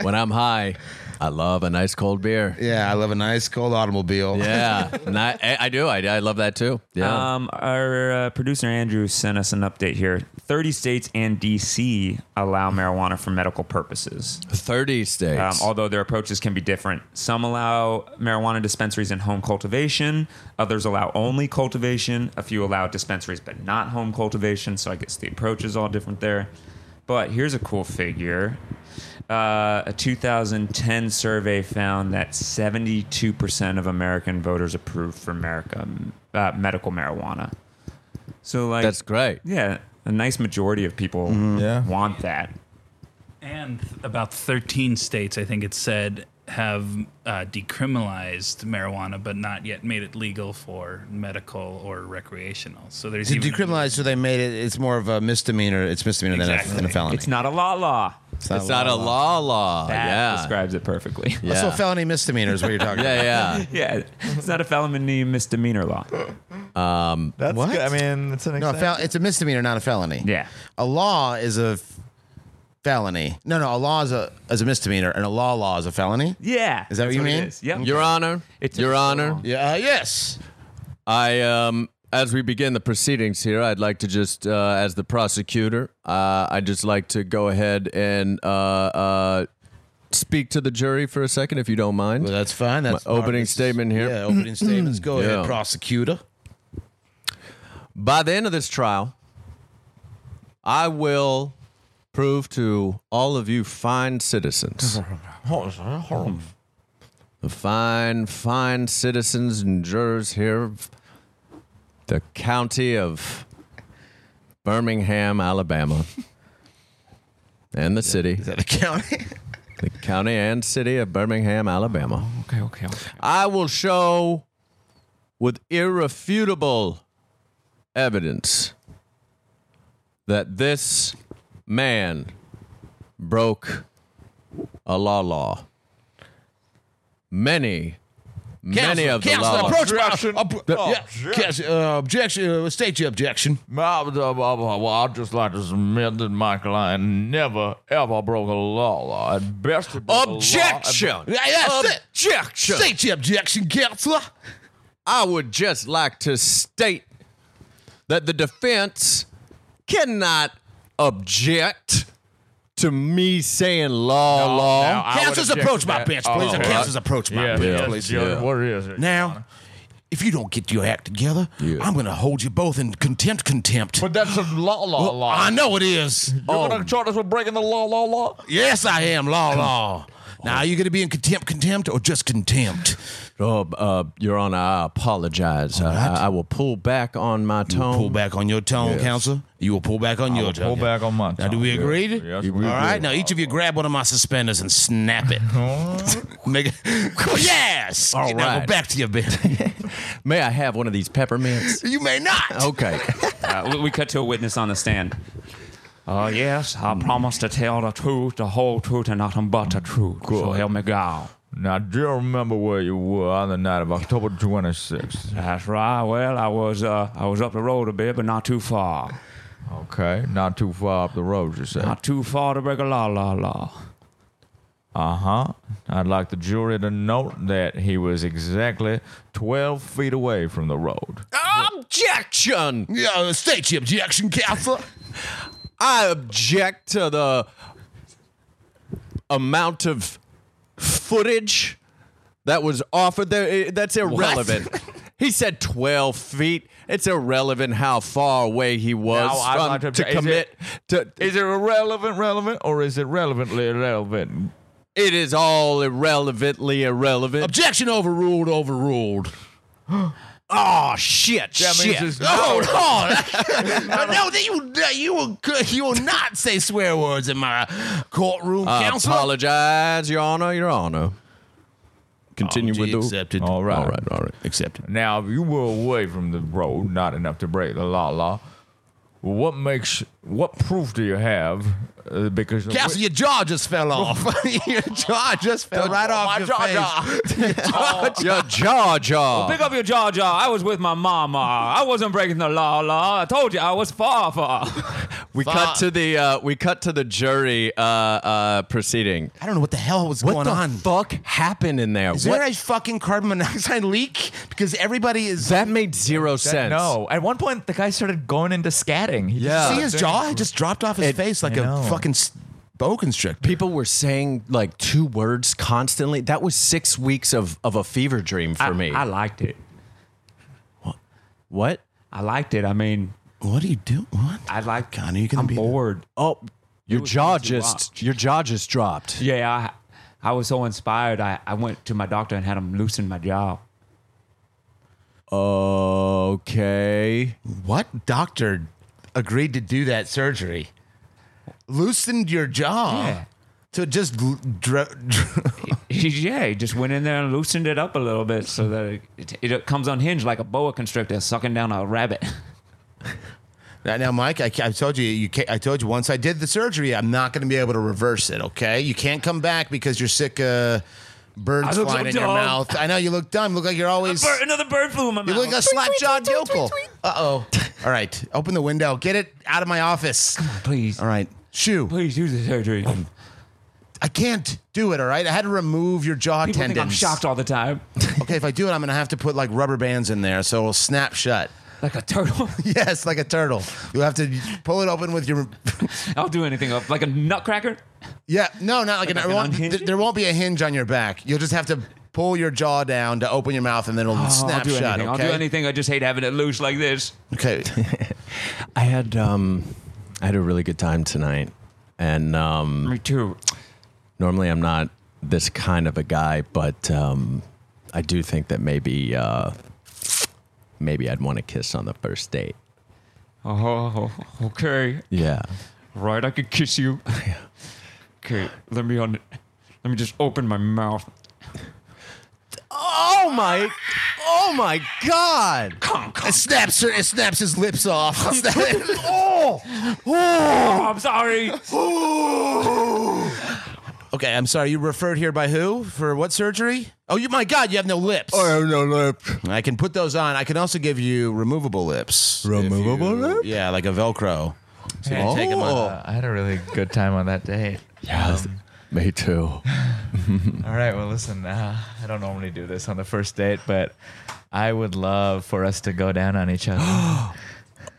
Speaker 2: when I'm high, I love a nice cold beer.
Speaker 4: Yeah, I love a nice cold automobile.
Speaker 2: Yeah, and I, I do. I, I love that too. Yeah.
Speaker 3: Um, our uh, producer Andrew sent us an update here. 30 states and DC allow marijuana for medical purposes,
Speaker 2: 30 states.
Speaker 3: um, although their approaches can be different. Some allow marijuana dispensaries in home cultivation, others allow only cultivation, a few allow dispensaries but not home cultivation. So I guess the approach is all different there. But here's a cool figure. Uh, a 2010 survey found that 72% of American voters approved for America, uh, medical marijuana. So, like,
Speaker 2: That's great.
Speaker 3: yeah, a nice majority of people
Speaker 4: Mm-hmm.
Speaker 5: Yeah.
Speaker 3: want that.
Speaker 6: And th- about 13 states, I think it said, have uh, decriminalized marijuana, but not yet made it legal for medical or recreational. So there's
Speaker 4: To
Speaker 6: even
Speaker 4: decriminalize, so they made it. It's more of a misdemeanor. It's misdemeanor than a-
Speaker 6: Exactly.
Speaker 4: than a felony.
Speaker 3: It's not a law law.
Speaker 2: It's not a law law.
Speaker 3: That
Speaker 2: yeah.
Speaker 3: describes it perfectly.
Speaker 2: Yeah.
Speaker 4: So felony misdemeanor is what you're talking about.
Speaker 2: yeah, yeah.
Speaker 3: Yeah, it's not a felony misdemeanor law.
Speaker 5: That's
Speaker 4: What?
Speaker 5: good. I mean, it's an
Speaker 4: No, a
Speaker 5: exciting.
Speaker 4: fel- it's a misdemeanor, not a felony.
Speaker 3: Yeah.
Speaker 4: A law is a f- felony. No, no, a law is a is a misdemeanor, and a law law is a felony.
Speaker 3: Yeah.
Speaker 4: Is that what
Speaker 3: that's
Speaker 4: you
Speaker 3: it
Speaker 4: mean?
Speaker 3: is. Yep.
Speaker 2: Your Honor,
Speaker 3: It took
Speaker 2: Your
Speaker 3: so
Speaker 2: Honor,
Speaker 3: long.
Speaker 4: Yeah. Uh, yes.
Speaker 2: I um as we begin the proceedings here, I'd like to just uh, as the prosecutor, uh, I'd just like to go ahead and uh, uh, speak to the jury for a second, if you don't mind.
Speaker 4: Well, that's fine. That's
Speaker 2: My opening
Speaker 4: Marcus-
Speaker 2: statement here.
Speaker 4: Yeah, opening statements. Go
Speaker 2: Yeah.
Speaker 4: ahead, prosecutor.
Speaker 2: By the end of this trial, I will prove to all of you fine citizens, the fine, fine citizens and jurors here of the county of Birmingham, Alabama, and the city,
Speaker 4: Is that the county?
Speaker 2: the county and city of Birmingham, Alabama.
Speaker 3: Okay, okay, okay.
Speaker 2: I will show with irrefutable evidence that this man broke a law law. Many, many of the law laws.
Speaker 4: approach
Speaker 5: Objection.
Speaker 4: yeah, counsel, uh, objection. Uh, state your objection.
Speaker 5: Well, I'd just like to submit that my client never, ever broke a law. At best, he broke a law.
Speaker 2: Objection!
Speaker 4: Yeah, yeah, sit.
Speaker 2: Objection!
Speaker 4: State your objection, counselor.
Speaker 2: I would just like to state that the defense cannot object to me saying law, law.
Speaker 5: no, I- would
Speaker 4: Counselors,
Speaker 5: object
Speaker 4: approach
Speaker 5: to
Speaker 4: my
Speaker 5: that.
Speaker 4: bench, please.
Speaker 5: Oh,
Speaker 4: Or counselors, approach my
Speaker 5: Yes,
Speaker 4: bench,
Speaker 5: yes,
Speaker 4: please.
Speaker 5: Judge,
Speaker 2: Yeah.
Speaker 5: What is it?
Speaker 4: Now, if you don't get your act together, I'm going to hold you both in contempt, contempt.
Speaker 5: But that's a law, law, law.
Speaker 4: I know it is. Oh.
Speaker 5: You're gonna charge us with breaking the law, law, law.
Speaker 4: Yes, I am, law, law. Now, are you going to be in contempt, contempt, or just contempt?
Speaker 2: Oh, uh, Your Honor, I apologize.
Speaker 4: right.
Speaker 2: I, I will pull back on my tone.
Speaker 4: Pull back on your tone, counselor. You will pull back on your tone.
Speaker 5: pull back on my
Speaker 4: Now, do
Speaker 5: tone.
Speaker 4: we agree?
Speaker 5: Yes, we
Speaker 4: All right. Now, each of you grab one of my suspenders and snap it. Make it yes.
Speaker 2: All
Speaker 4: Now,
Speaker 2: right.
Speaker 4: go back to your bed.
Speaker 2: May I have one of these peppermints?
Speaker 4: you may not.
Speaker 2: Okay.
Speaker 3: Uh, we- we cut to a witness on the stand. Uh, yes, I promise to tell the truth, the whole truth, and nothing but the truth. So help me God.
Speaker 5: Now, do you remember where you were on the night of October 26th?
Speaker 3: That's right. Well, I was uh, I was up the road a bit, but not too far.
Speaker 5: Okay, not too far up the road, you said.
Speaker 3: Not too far to break a la la la.
Speaker 5: Uh huh. I'd like the jury to note that he was exactly 12 feet away from the road.
Speaker 2: Objection!
Speaker 4: Yeah, state your objection, counselor.
Speaker 2: I object to the amount of footage that was offered there. Eh, That's irrelevant. he said 12 feet. It's irrelevant how far away he was
Speaker 5: Now, I'd
Speaker 2: from-
Speaker 5: like to
Speaker 2: to,
Speaker 5: obje- is
Speaker 2: commit. to,
Speaker 5: Is it irrelevant, relevant, or is it relevantly irrelevant?
Speaker 2: it is all irrelevantly irrelevant.
Speaker 4: objection overruled, overruled.
Speaker 2: oh, shit,
Speaker 5: That means
Speaker 2: shit.
Speaker 5: it's
Speaker 4: Hold on. no, that you that you will you will not say swear words in my courtroom,
Speaker 2: I
Speaker 4: counselor.
Speaker 2: apologize, Your Honor, Your Honor. Continue with the.
Speaker 4: Oh, accepted.
Speaker 5: All right.
Speaker 2: All right, all right.
Speaker 4: Accepted.
Speaker 5: Now, if you were away from the road, not enough to break the law, law. What makes what proof do you have? Uh, because the
Speaker 4: Counselor, your jaw just fell off. your jaw just fell right off
Speaker 5: my
Speaker 4: your
Speaker 5: jaw,
Speaker 4: face.
Speaker 5: jaw.
Speaker 4: Oh.
Speaker 2: Your jaw, jaw.
Speaker 3: Pick up your jaw jaw. I was with my mama. I wasn't breaking the law law. I told you I was far far.
Speaker 2: We cut to the uh, we cut to the jury uh, uh, proceeding.
Speaker 4: I don't know what the hell was
Speaker 2: What
Speaker 4: going
Speaker 2: the
Speaker 4: on.
Speaker 2: fuck happened in there?
Speaker 4: Is
Speaker 2: What-
Speaker 4: there a fucking carbon monoxide leak? Because everybody is.
Speaker 2: that made zero sense.
Speaker 5: No. At one point, the guy started going into scatting. He
Speaker 2: Yeah.
Speaker 4: See his jaw? uh, It just dropped off his face like
Speaker 5: I
Speaker 4: a
Speaker 5: know.
Speaker 4: fucking s- boa constrictor.
Speaker 2: People were saying like two words constantly. That was six weeks of, of a fever dream for
Speaker 3: I,
Speaker 2: me.
Speaker 3: I liked it.
Speaker 2: what?
Speaker 3: I liked it. I mean,
Speaker 4: What do you do? What?
Speaker 3: I like.
Speaker 4: Connor, you gonna
Speaker 3: I'm
Speaker 4: be-
Speaker 3: bored.
Speaker 2: Oh, your
Speaker 3: was
Speaker 2: jaw
Speaker 3: easy to
Speaker 2: just
Speaker 3: watch.
Speaker 2: your jaw just dropped.
Speaker 3: Yeah, I, I was so inspired. I, I went to my doctor and had him loosen my jaw.
Speaker 2: Okay.
Speaker 4: What doctor agreed to do that surgery? Loosened your jaw
Speaker 3: Yeah.
Speaker 4: to just l- dr- dr-
Speaker 3: He, yeah, he just went in there and loosened it up a little bit so that it, it, it comes unhinged like a boa constrictor sucking down a rabbit.
Speaker 4: Now, now, Mike, I, I told you, you ca I told you once I did the surgery, I'm not going to be able to reverse it. Okay, you can't come back because you're sick. Uh,
Speaker 3: I
Speaker 4: birds
Speaker 3: look
Speaker 4: flying
Speaker 3: so
Speaker 4: in your
Speaker 3: dumb.
Speaker 4: mouth. I know you look dumb. You look like you're always.
Speaker 3: Bird- another bird flew in my
Speaker 4: You
Speaker 3: mouth.
Speaker 4: look like a slap jawed yokel. Uh oh. All right, open the window. Get it out of my office.
Speaker 3: please,
Speaker 4: All right, shoe.
Speaker 3: please use the surgery.
Speaker 4: Oh,
Speaker 3: People
Speaker 4: I can't do it. All right, I had to remove your jaw tendons.
Speaker 3: think I'm shocked all the time,
Speaker 4: Okay, if I do it, I'm gonna have to put like rubber bands in there, so it'll snap shut.
Speaker 3: like a turtle.
Speaker 4: Yes, like a turtle. You'll have to pull it open with your.
Speaker 3: I'll do anything up like a nutcracker.
Speaker 4: Yeah, no, not like, an.
Speaker 3: Like
Speaker 4: it won't-
Speaker 3: unhinge it?
Speaker 4: there won't be a hinge on your back. You'll just have to pull your jaw down to open your mouth, and then it'll
Speaker 3: Oh, I'll
Speaker 4: snap
Speaker 3: do
Speaker 4: shut.
Speaker 3: anything. I'll
Speaker 4: okay.
Speaker 3: do anything. I just hate having it loose like this.
Speaker 4: Okay.
Speaker 2: I had um I had a really good time tonight. And um
Speaker 4: Mm.
Speaker 3: Me too.
Speaker 2: normally I'm not this kind of a guy, but um, I do think that maybe uh, maybe I'd want to kiss on the first date.
Speaker 3: Oh, okay.
Speaker 2: Yeah.
Speaker 3: Right, I could kiss you. Okay, let me on. Let me just open my mouth.
Speaker 2: Oh my! Oh my God!
Speaker 4: it snaps. her- It snaps his lips off.
Speaker 3: Oh, I'm sorry.
Speaker 4: okay, I'm sorry. You referred here by who for what surgery? Oh, you my God! You have no lips. I can put those on. I can also give you removable lips. if
Speaker 2: Removable
Speaker 4: you-
Speaker 2: lip?
Speaker 4: Yeah, like a Velcro. Oh. So you can take 'em off.
Speaker 5: Uh, I had a really good time on that date.
Speaker 2: Yes. Me too.
Speaker 5: All right. Well, listen. Uh, I don't normally do this on the first date, but I would love for us to go down on each other.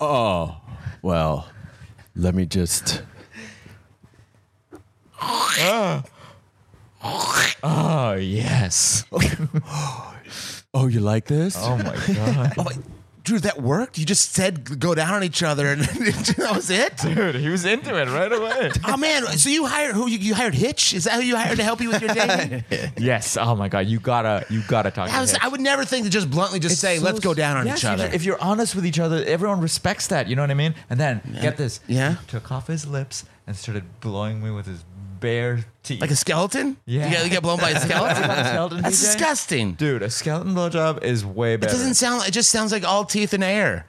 Speaker 2: Oh, well, let me just.
Speaker 5: oh yes.
Speaker 2: Oh, you like this?
Speaker 5: Oh my god,
Speaker 4: Oh, wait, Drew, that worked? You just said go down on each other, and that was it.
Speaker 5: dude! He was into it right away.
Speaker 4: Oh man, so you hired who? You, you hired Hitch? Is that who you hired to help you with your dating?
Speaker 5: yes. Oh my god. You gotta. You gotta talk.
Speaker 4: I, was,
Speaker 5: him.
Speaker 4: I would never think to just bluntly just say, "Let's go down on
Speaker 5: Yes,
Speaker 4: each
Speaker 5: you
Speaker 4: other."
Speaker 5: ju- If you're honest with each other, everyone respects that. You know what I mean? And then get this.
Speaker 4: Yeah.
Speaker 5: He took off his lips and started blowing me with his bare teeth.
Speaker 4: like a skeleton?
Speaker 5: Yeah.
Speaker 4: You get, you get blown by a skeleton?
Speaker 5: skeleton
Speaker 4: That's
Speaker 5: DJ?
Speaker 4: disgusting.
Speaker 5: Dude, a skeleton blowjob is way
Speaker 4: It
Speaker 5: better.
Speaker 4: doesn't sound. It just sounds like all teeth and air.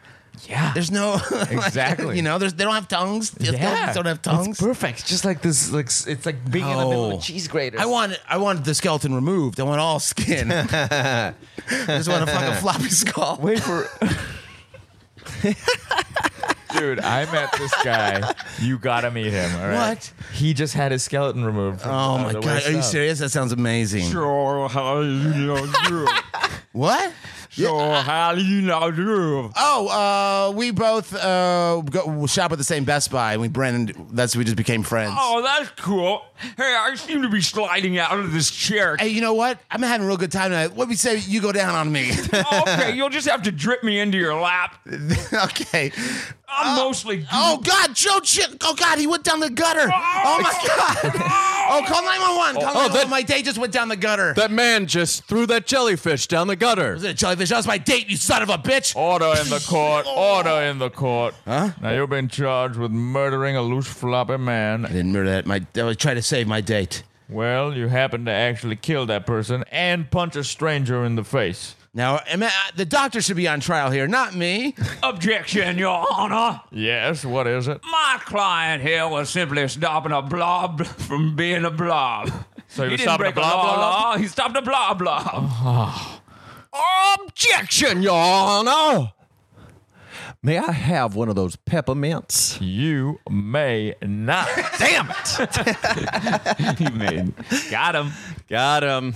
Speaker 3: Yeah.
Speaker 4: There's no
Speaker 5: Exactly.
Speaker 4: you know, there's they don't have tongues. The skeletons don't have tongues.
Speaker 3: It's perfect. It's just like this. Like s- it's like being in the middle of
Speaker 4: No.
Speaker 3: a cheese grater.
Speaker 4: I want I want the skeleton removed. I want all skin. I just want a fucking floppy skull.
Speaker 5: Wait for. Dude, I met this guy. You gotta meet him. All right.
Speaker 4: What?
Speaker 5: He just had his skeleton removed. From
Speaker 4: Oh
Speaker 5: uh,
Speaker 4: my
Speaker 5: the
Speaker 4: god,
Speaker 5: waist
Speaker 4: are you
Speaker 5: up.
Speaker 4: serious? That sounds amazing.
Speaker 5: Sure, how you know do?
Speaker 4: What?
Speaker 5: Sure, how you know do?
Speaker 4: Oh, uh, we both uh, go, shop at the same Best Buy, and we brand. That's we just became friends.
Speaker 3: Oh, that's cool. Hey, I seem to be sliding out of this chair.
Speaker 4: Hey, you know what? I'm having a real good time tonight. What we say? You go down on me.
Speaker 3: okay, you'll just have to drip me into your lap.
Speaker 4: okay.
Speaker 3: I'm mostly.
Speaker 4: Oh God, Joe! Ch- oh God, he went down the gutter. Oh my God. Oh, call 911. Call 911.
Speaker 2: oh, that-
Speaker 4: my date just went down the gutter.
Speaker 2: That man just threw that jellyfish down the gutter.
Speaker 4: was it a jellyfish? That was my date. You son of a bitch.
Speaker 5: Order in the court. Order in the court. Huh? Now you've been charged with murdering a loose floppy
Speaker 4: I
Speaker 5: man.
Speaker 4: didn't murder that. My I was trying to save my date.
Speaker 5: Well, you happened to actually kill that person and punch a stranger in the face.
Speaker 4: Now, am I- the doctor should be on trial here, not me.
Speaker 3: Objection, Your Honor.
Speaker 5: Yes, what is it?
Speaker 3: My client here was simply stopping a blob from being a blob.
Speaker 5: So he was
Speaker 3: didn't
Speaker 5: stopping a
Speaker 3: break
Speaker 5: blob
Speaker 3: law,
Speaker 5: blob? Oh.
Speaker 3: law. He stopped a blob blob.
Speaker 2: Objection, Your Honor. May I have one of those peppermints?
Speaker 5: You may not.
Speaker 2: Damn it!
Speaker 3: he made. Got him.
Speaker 2: Got him.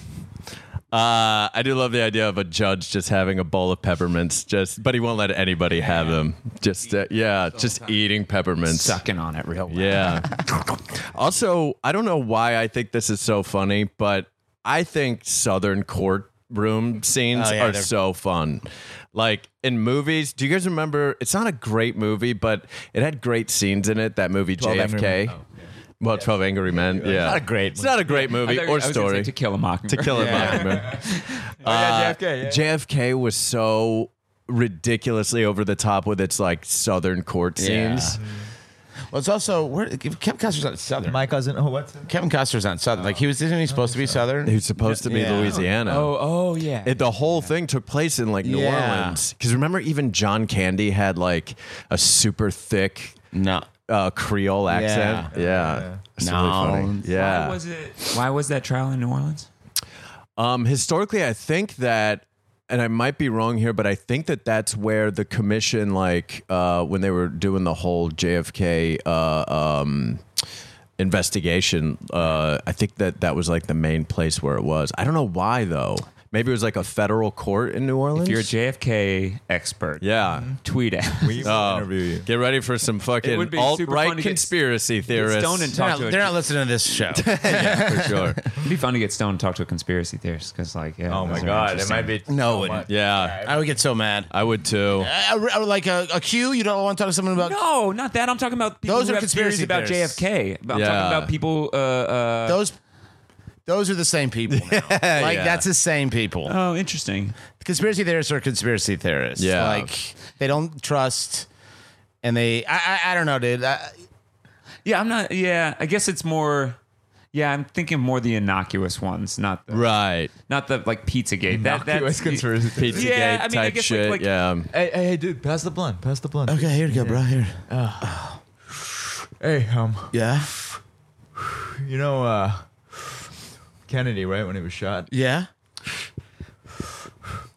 Speaker 2: Uh, I do love the idea of a judge just having a bowl of peppermints, just but he won't let anybody have them. Just uh, yeah, just eating peppermints.
Speaker 3: Sucking on it real well.
Speaker 2: Yeah. also, I don't know why I think this is so funny, but I think Southern courtroom scenes
Speaker 4: Oh, yeah,
Speaker 2: are
Speaker 4: they're-
Speaker 2: so fun. Like in movies, do you guys remember? It's not a great movie, but it had great scenes in it. That movie
Speaker 5: 12 Angry
Speaker 2: JFK.
Speaker 3: Oh,
Speaker 2: Well, Twelve Angry Men. Yeah,
Speaker 5: not a great
Speaker 2: It's not a great movie or story.
Speaker 3: to kill a mockingbird.
Speaker 2: To Kill a Mockingbird.
Speaker 5: yeah,
Speaker 2: Uh,
Speaker 5: JFK, yeah.
Speaker 2: JFK was so ridiculously over the top with its like Southern court
Speaker 4: Yeah.
Speaker 2: scenes.
Speaker 4: Well, it's also where Kevin Costner's not Southern.
Speaker 5: My cousin. Oh, what's?
Speaker 4: Kevin Costner's not Southern. Like he was, isn't he supposed to be Southern?
Speaker 2: It's supposed to be
Speaker 4: Yeah.
Speaker 2: Louisiana.
Speaker 3: oh yeah.
Speaker 2: It, the whole thing took place in like New
Speaker 4: Yeah.
Speaker 2: Orleans. Because remember, even John Candy had like a super thick
Speaker 4: no.
Speaker 2: uh, Creole accent. Yeah. It's really
Speaker 4: No.
Speaker 2: funny. Yeah.
Speaker 3: Why was it? Why was that trial in New Orleans?
Speaker 2: um, historically, I think that, and I might be wrong here, but I think that that's where the commission, like uh, when they were doing the whole JFK uh, um, investigation, uh, I think that that was like the main place where it was. I don't know why though. Maybe it was like a federal court in New Orleans.
Speaker 3: If you're a JFK expert,
Speaker 2: yeah. Uh,
Speaker 3: tweet at.
Speaker 5: We will interview you.
Speaker 2: Get ready for some
Speaker 3: It would
Speaker 2: fucking
Speaker 3: be
Speaker 2: alt
Speaker 3: super
Speaker 2: right
Speaker 3: fun to get-
Speaker 2: conspiracy theorists.
Speaker 3: stoned and
Speaker 4: They're
Speaker 3: talk
Speaker 4: not,
Speaker 3: to a
Speaker 4: they're not listening to this show.
Speaker 2: for sure.
Speaker 3: It'd be fun to get stoned and talk to a conspiracy theorist because, like, yeah.
Speaker 5: Oh my
Speaker 3: those are
Speaker 5: god, it
Speaker 3: interesting.
Speaker 5: might be.
Speaker 4: No, it wouldn't.
Speaker 5: much.
Speaker 2: Yeah,
Speaker 4: I would get so mad.
Speaker 2: I would too.
Speaker 4: I, I, I would like a, a cue. You don't want to talk to someone about
Speaker 3: No, not that. I'm talking about people
Speaker 4: Those
Speaker 3: who
Speaker 4: are
Speaker 3: have theories
Speaker 4: conspiracy
Speaker 3: about
Speaker 4: theorists.
Speaker 3: JFK. I'm talking
Speaker 2: Yeah.
Speaker 3: about people. Uh, uh,
Speaker 4: those. Those are the same people. Now. like
Speaker 2: Yeah.
Speaker 4: that's the same people.
Speaker 3: oh, interesting.
Speaker 4: conspiracy theorists are conspiracy theorists.
Speaker 2: Yeah.
Speaker 4: like they don't trust, and they. I I, I don't know, dude. I,
Speaker 3: Yeah, I'm not. Yeah, I guess it's more. Yeah, I'm thinking more the innocuous ones, not the
Speaker 2: Right.
Speaker 3: not the like PizzaGate. That, that's
Speaker 2: Pizzagate
Speaker 3: Yeah, I mean, I
Speaker 2: type
Speaker 3: guess, like-
Speaker 2: shit.
Speaker 3: like-
Speaker 2: yeah.
Speaker 5: Hey, hey, hey, dude, pass the blunt. Pass the blunt.
Speaker 4: okay, here you go, bro. Here.
Speaker 5: Hey, um,
Speaker 4: Yeah.
Speaker 5: you know, uh, Kennedy, right when he was shot,
Speaker 4: Yeah.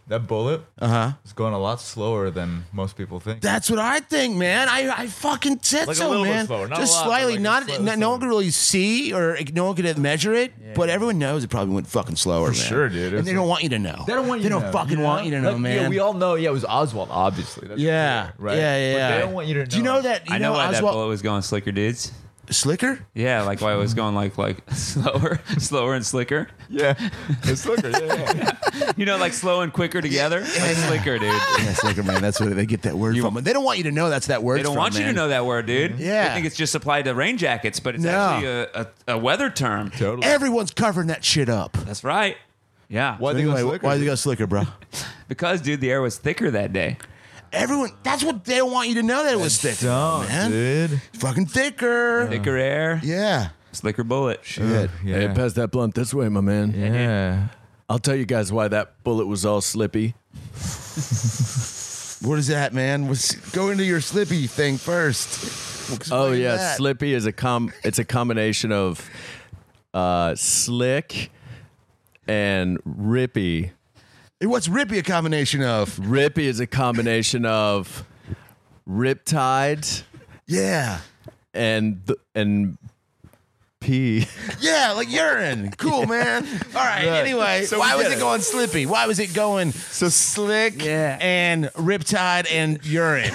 Speaker 5: that bullet
Speaker 4: Uh huh.
Speaker 5: is going a lot slower than most people think.
Speaker 4: That's what I think, man. I, I fucking said
Speaker 5: Like a
Speaker 4: so,
Speaker 5: little bit
Speaker 4: man.
Speaker 5: slower, not a
Speaker 4: Just
Speaker 5: lot, but
Speaker 4: slightly,
Speaker 5: like a
Speaker 4: not
Speaker 5: slow-
Speaker 4: no, no one
Speaker 5: slower.
Speaker 4: could really see or no one could measure it, but everyone knows it probably went fucking slower, man.
Speaker 5: sure, dude. It
Speaker 4: And
Speaker 5: was
Speaker 4: they don't want you to know.
Speaker 5: They don't want you.
Speaker 4: They
Speaker 5: to
Speaker 4: don't
Speaker 5: know,
Speaker 4: fucking
Speaker 5: know?
Speaker 4: want you to know,
Speaker 5: Like,
Speaker 4: man.
Speaker 5: Yeah, we all know. Yeah, it was Oswald, obviously. That's
Speaker 4: yeah,
Speaker 5: clear, right.
Speaker 4: yeah, yeah,
Speaker 5: But
Speaker 4: yeah.
Speaker 5: they don't want you to know.
Speaker 4: Do you know that? You
Speaker 3: I know why that
Speaker 4: Oswald
Speaker 3: bullet was going slicker, dudes.
Speaker 4: Slicker?
Speaker 3: Yeah, like why it was going like like slower, slower and slicker.
Speaker 5: Yeah, it's Looker. Yeah, yeah.
Speaker 3: You know, like slow and quicker together. Like slicker, dude.
Speaker 4: Yeah, Slicker, man. That's where they get that word from. They don't want you to know that's that word.
Speaker 3: They don't
Speaker 4: from,
Speaker 3: want you to
Speaker 4: man.
Speaker 3: know that word, dude.
Speaker 4: Yeah.
Speaker 3: They think it's just applied to rain jackets, but it's
Speaker 4: No.
Speaker 3: actually a, a, a weather term.
Speaker 5: Totally.
Speaker 4: Everyone's covering that shit up.
Speaker 3: That's right. Yeah.
Speaker 5: Why they go
Speaker 4: Anyway,
Speaker 5: Slicker?
Speaker 4: why'd you go Slicker, bro?
Speaker 3: Because, dude, the air was thicker that day.
Speaker 4: Everyone, that's what they don't want you to know that it was thicker,
Speaker 5: Don't,
Speaker 4: man.
Speaker 5: dude.
Speaker 4: Fucking thicker.
Speaker 3: Thicker air,
Speaker 4: Yeah.
Speaker 3: slicker bullet.
Speaker 5: Shit. Yeah.
Speaker 2: Hey, pass that blunt this way, my man.
Speaker 5: yeah.
Speaker 2: I'll tell you guys why that bullet was all slippy.
Speaker 4: What is that, man? Was go into your slippy thing first.
Speaker 2: Oh
Speaker 4: Explain
Speaker 2: yeah,
Speaker 4: that.
Speaker 2: Slippy is a com. It's a combination of uh, slick and rippy.
Speaker 4: What's Rippy a combination of?
Speaker 2: Rippy is a combination of riptide
Speaker 4: Yeah.
Speaker 2: and th- and pee.
Speaker 4: Yeah, like urine. Cool, man. All right. Anyway,
Speaker 5: So
Speaker 4: why
Speaker 5: we
Speaker 4: was
Speaker 5: get
Speaker 4: it
Speaker 5: it.
Speaker 4: going slippy? Why was it going so slick
Speaker 3: Yeah.
Speaker 4: and riptide and urine?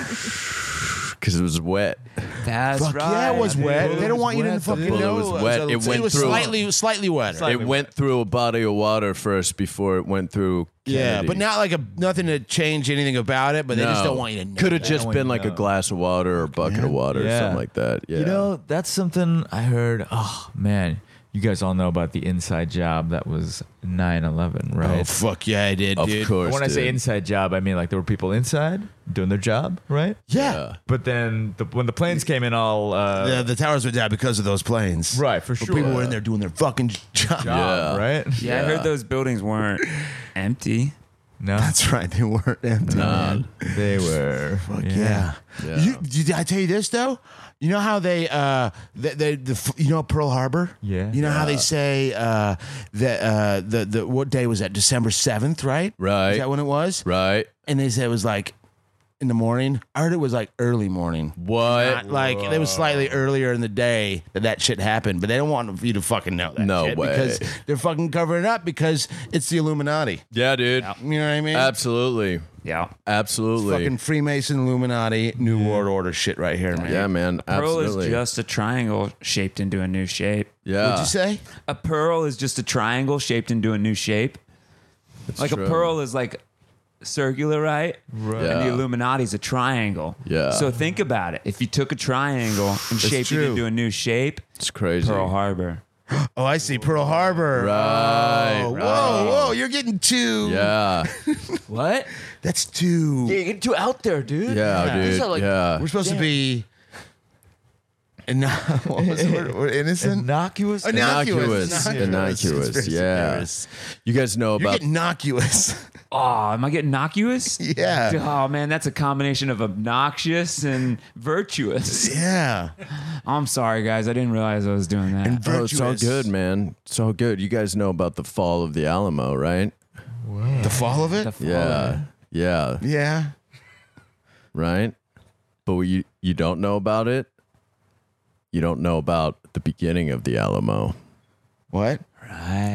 Speaker 2: because it was wet.
Speaker 3: That's
Speaker 4: Fuck yeah, it was wet. They don't want you to fucking
Speaker 2: bullet
Speaker 4: know.
Speaker 2: was wet. It
Speaker 4: so
Speaker 2: went
Speaker 4: it was
Speaker 2: through.
Speaker 4: slightly, slightly wetter.
Speaker 2: It went through a body of water first before it went through.
Speaker 4: yeah,
Speaker 2: Kennedy.
Speaker 4: but not like a nothing to change anything about it. But they just don't want you to know.
Speaker 2: Could have
Speaker 4: that.
Speaker 2: just
Speaker 5: don't
Speaker 2: been
Speaker 5: even
Speaker 2: like a
Speaker 5: know.
Speaker 2: glass of water or a bucket of water or
Speaker 5: Yeah.
Speaker 2: something like that. Yeah.
Speaker 5: You know, that's something I heard. Oh, man. You guys all know about the inside job that was 9 11,
Speaker 4: Oh
Speaker 5: right?
Speaker 4: fuck yeah, I did,
Speaker 2: of
Speaker 4: dude.
Speaker 2: course.
Speaker 5: when I say
Speaker 2: dude.
Speaker 5: inside job, I mean like there were people inside doing their job, right?
Speaker 4: Yeah.
Speaker 5: But then the, when the planes came in, all
Speaker 4: The,
Speaker 5: uh,
Speaker 4: the towers went down because of those planes.
Speaker 5: Right, for
Speaker 4: But
Speaker 5: sure.
Speaker 4: People were in there doing their fucking job.
Speaker 2: Yeah.
Speaker 5: right?
Speaker 3: Yeah, I heard those buildings weren't empty.
Speaker 5: No,
Speaker 4: That's right. They weren't empty. man.
Speaker 5: they were.
Speaker 4: Fuck yeah.
Speaker 2: Yeah.
Speaker 4: You, did I tell you this though? You know how they, uh, they, they the, f- you know Pearl Harbor.
Speaker 5: Yeah.
Speaker 4: You know how they say uh, that uh, the the what day was that? December seventh, right?
Speaker 2: Right.
Speaker 4: Is that when it was?
Speaker 2: Right.
Speaker 4: And they said it was like in the morning. I heard it was like early morning.
Speaker 2: What?
Speaker 4: Not like it was slightly earlier in the day that that shit happened, but they don't want you to fucking know that.
Speaker 2: No
Speaker 4: shit
Speaker 2: way.
Speaker 4: Because they're fucking covering it up because it's the Illuminati.
Speaker 2: Yeah, dude.
Speaker 4: You know what I mean?
Speaker 2: Oh. Absolutely.
Speaker 3: Yeah.
Speaker 2: Absolutely.
Speaker 4: Fucking Freemason, Illuminati, New World Order shit right here, man.
Speaker 2: yeah, man.
Speaker 3: Pearl
Speaker 2: Absolutely.
Speaker 3: is just a triangle shaped into a new shape.
Speaker 2: yeah.
Speaker 4: What'd you say?
Speaker 3: A pearl is just a triangle shaped into a new shape. like
Speaker 2: true.
Speaker 3: a pearl is like circular, right? Right. And
Speaker 2: Yeah.
Speaker 3: the Illuminati's a triangle.
Speaker 2: Yeah.
Speaker 3: So think about it. If you took a triangle and shaped
Speaker 4: true.
Speaker 3: it into a new shape,
Speaker 2: It's crazy.
Speaker 3: Pearl Harbor.
Speaker 4: Oh, I see. Pearl Harbor.
Speaker 2: Right.
Speaker 4: Oh,
Speaker 2: right.
Speaker 4: Whoa, whoa, you're getting two.
Speaker 2: Yeah.
Speaker 3: What?
Speaker 4: That's two.
Speaker 3: You get too out there, dude.
Speaker 2: Yeah, dude.
Speaker 3: These are like-
Speaker 2: yeah.
Speaker 4: We're supposed to be. And now, what was the word? We're innocent?
Speaker 5: Innocuous.
Speaker 2: Innocuous.
Speaker 4: Innocuous. It's
Speaker 2: Innocuous.
Speaker 4: very
Speaker 2: Yeah.
Speaker 4: serious.
Speaker 2: You guys know
Speaker 4: You're
Speaker 2: about
Speaker 4: getting innocuous.
Speaker 3: Oh, am I getting innocuous?
Speaker 4: Yeah.
Speaker 3: Oh man, that's a combination of obnoxious and virtuous.
Speaker 4: yeah.
Speaker 3: I'm sorry, guys. I didn't realize I was doing that.
Speaker 4: And
Speaker 2: Oh, it's all
Speaker 4: virtuous.
Speaker 2: good, man. It's all good. You guys know about the fall of the Alamo, right?
Speaker 4: The fall of it?
Speaker 3: The fall.
Speaker 2: Yeah. Yeah.
Speaker 4: yeah.
Speaker 2: Right? But what you you don't know about it? You don't know about the beginning of the Alamo.
Speaker 4: What?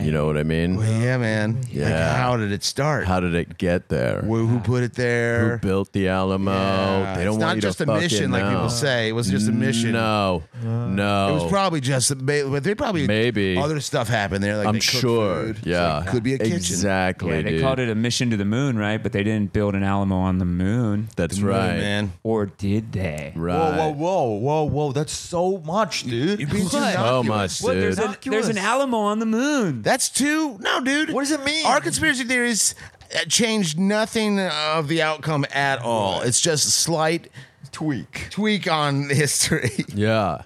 Speaker 2: You know what I mean?
Speaker 4: Yeah, man. Yeah. Like,
Speaker 2: Yeah.
Speaker 4: how did it start?
Speaker 2: How did it get there?
Speaker 4: Who who put it there?
Speaker 2: Who built the Alamo?
Speaker 4: Yeah.
Speaker 2: They don't want
Speaker 4: it's not
Speaker 2: you
Speaker 4: just
Speaker 2: to
Speaker 4: a
Speaker 2: fucking
Speaker 4: mission, like
Speaker 2: know.
Speaker 4: people say. It was just a mission.
Speaker 2: No, no.
Speaker 4: It was probably just, a ba- but they probably
Speaker 2: Maybe.
Speaker 4: other stuff happened there. Like
Speaker 2: I'm
Speaker 4: they cooked
Speaker 2: sure.
Speaker 4: food. It's
Speaker 2: Yeah,
Speaker 4: like, could be a kitchen.
Speaker 2: Exactly.
Speaker 3: Yeah, they
Speaker 2: dude.
Speaker 3: called it a mission to the moon, right? But they didn't build an Alamo on the moon.
Speaker 2: That's
Speaker 4: Moon,
Speaker 2: right,
Speaker 4: man.
Speaker 3: Or did they?
Speaker 2: Right.
Speaker 5: Whoa, whoa, whoa, whoa, whoa! That's so much, dude.
Speaker 4: Being too
Speaker 3: What?
Speaker 2: So
Speaker 4: innocuous.
Speaker 2: much,
Speaker 3: What? There's,
Speaker 2: dude.
Speaker 3: an, there's an Alamo on the moon.
Speaker 4: That's two. No, dude.
Speaker 5: What does it mean?
Speaker 4: Our conspiracy theories uh, changed nothing of the outcome at all. It's just a slight
Speaker 5: tweak.
Speaker 4: tweak on history.
Speaker 2: yeah.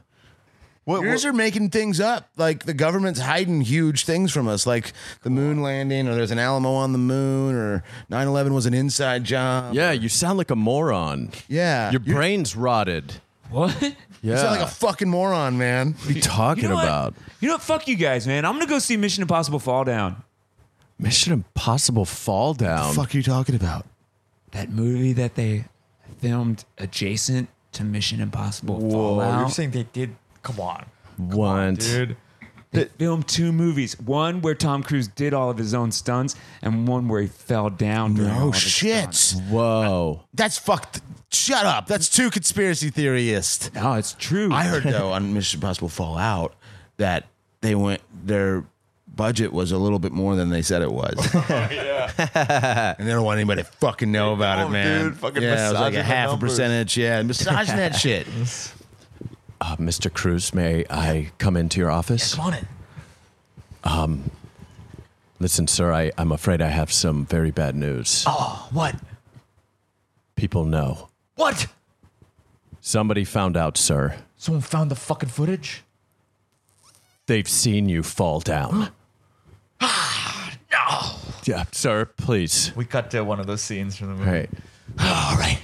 Speaker 5: What,
Speaker 4: Yours are making things up. Like the government's hiding huge things from us, like the moon landing, or there's an Alamo on the moon, or 9 11 was an inside job.
Speaker 2: Yeah, you sound like a moron.
Speaker 4: Yeah.
Speaker 2: Your
Speaker 4: You're-
Speaker 2: brain's rotted.
Speaker 3: What?
Speaker 2: Yeah.
Speaker 4: You sound like a fucking moron, man.
Speaker 2: what are you talking
Speaker 3: You know what?
Speaker 2: about?
Speaker 3: You know what? Fuck you guys, man. I'm gonna go see Mission Impossible Fall Down.
Speaker 2: Mission Impossible Fall Down.
Speaker 4: fuck are you talking about?
Speaker 3: That movie that they filmed adjacent to Mission Impossible
Speaker 5: Whoa! You're
Speaker 3: Fallout.
Speaker 5: saying they did? Come on,
Speaker 2: What?
Speaker 5: dude.
Speaker 3: They filmed two movies. One where Tom Cruise did all of his own stunts, and one where he fell down. during all
Speaker 4: Oh,
Speaker 3: of his stunts.
Speaker 4: shit.
Speaker 2: Whoa.
Speaker 4: That's fucked. Shut up. That's too conspiracy theorist.
Speaker 3: No, it's true.
Speaker 4: I heard, though, on Mission Impossible Fallout that they went, their budget was a little bit more than they said it was.
Speaker 7: Oh,
Speaker 4: and they don't want anybody to fucking know about it,
Speaker 5: Oh,
Speaker 4: man.
Speaker 5: dude, fucking
Speaker 4: yeah, it was like
Speaker 5: massaging
Speaker 4: a
Speaker 5: the
Speaker 4: half a
Speaker 5: numbers.
Speaker 4: percentage. Yeah, massaging that shit.
Speaker 2: Uh, Mr. Cruz, may I come into your office? Um,
Speaker 5: on it.
Speaker 2: Listen, sir, I, I'm afraid I have some very bad news.
Speaker 5: Oh, what?
Speaker 2: People know.
Speaker 5: What?
Speaker 2: Somebody found out, sir.
Speaker 5: Someone found the fucking footage.
Speaker 2: They've seen you fall down.
Speaker 5: No. Ah,
Speaker 2: yeah, sir, please.
Speaker 5: We cut to one of those scenes from the movie.
Speaker 2: All right.
Speaker 7: All right.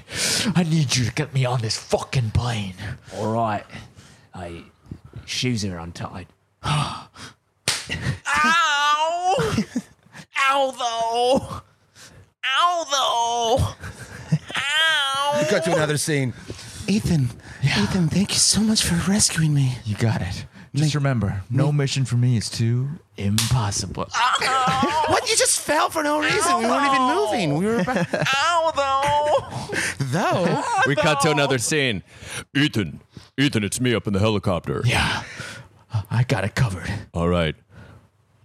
Speaker 7: I need you to get me on this fucking plane. All right. I shoes are untied.
Speaker 1: Ow! Ow though! Ow though! Ow!
Speaker 4: Cut to another scene.
Speaker 8: Ethan, Ethan, thank you so much for rescuing me.
Speaker 5: You got it. Just remember, no mission for me is too
Speaker 8: Impossible. what? You just fell for no reason. We weren't even moving. We were about,
Speaker 1: Ow
Speaker 8: though.
Speaker 2: We cut to another scene. Ethan, Ethan, it's me up in the helicopter.
Speaker 8: Yeah, I got it covered.
Speaker 2: All right.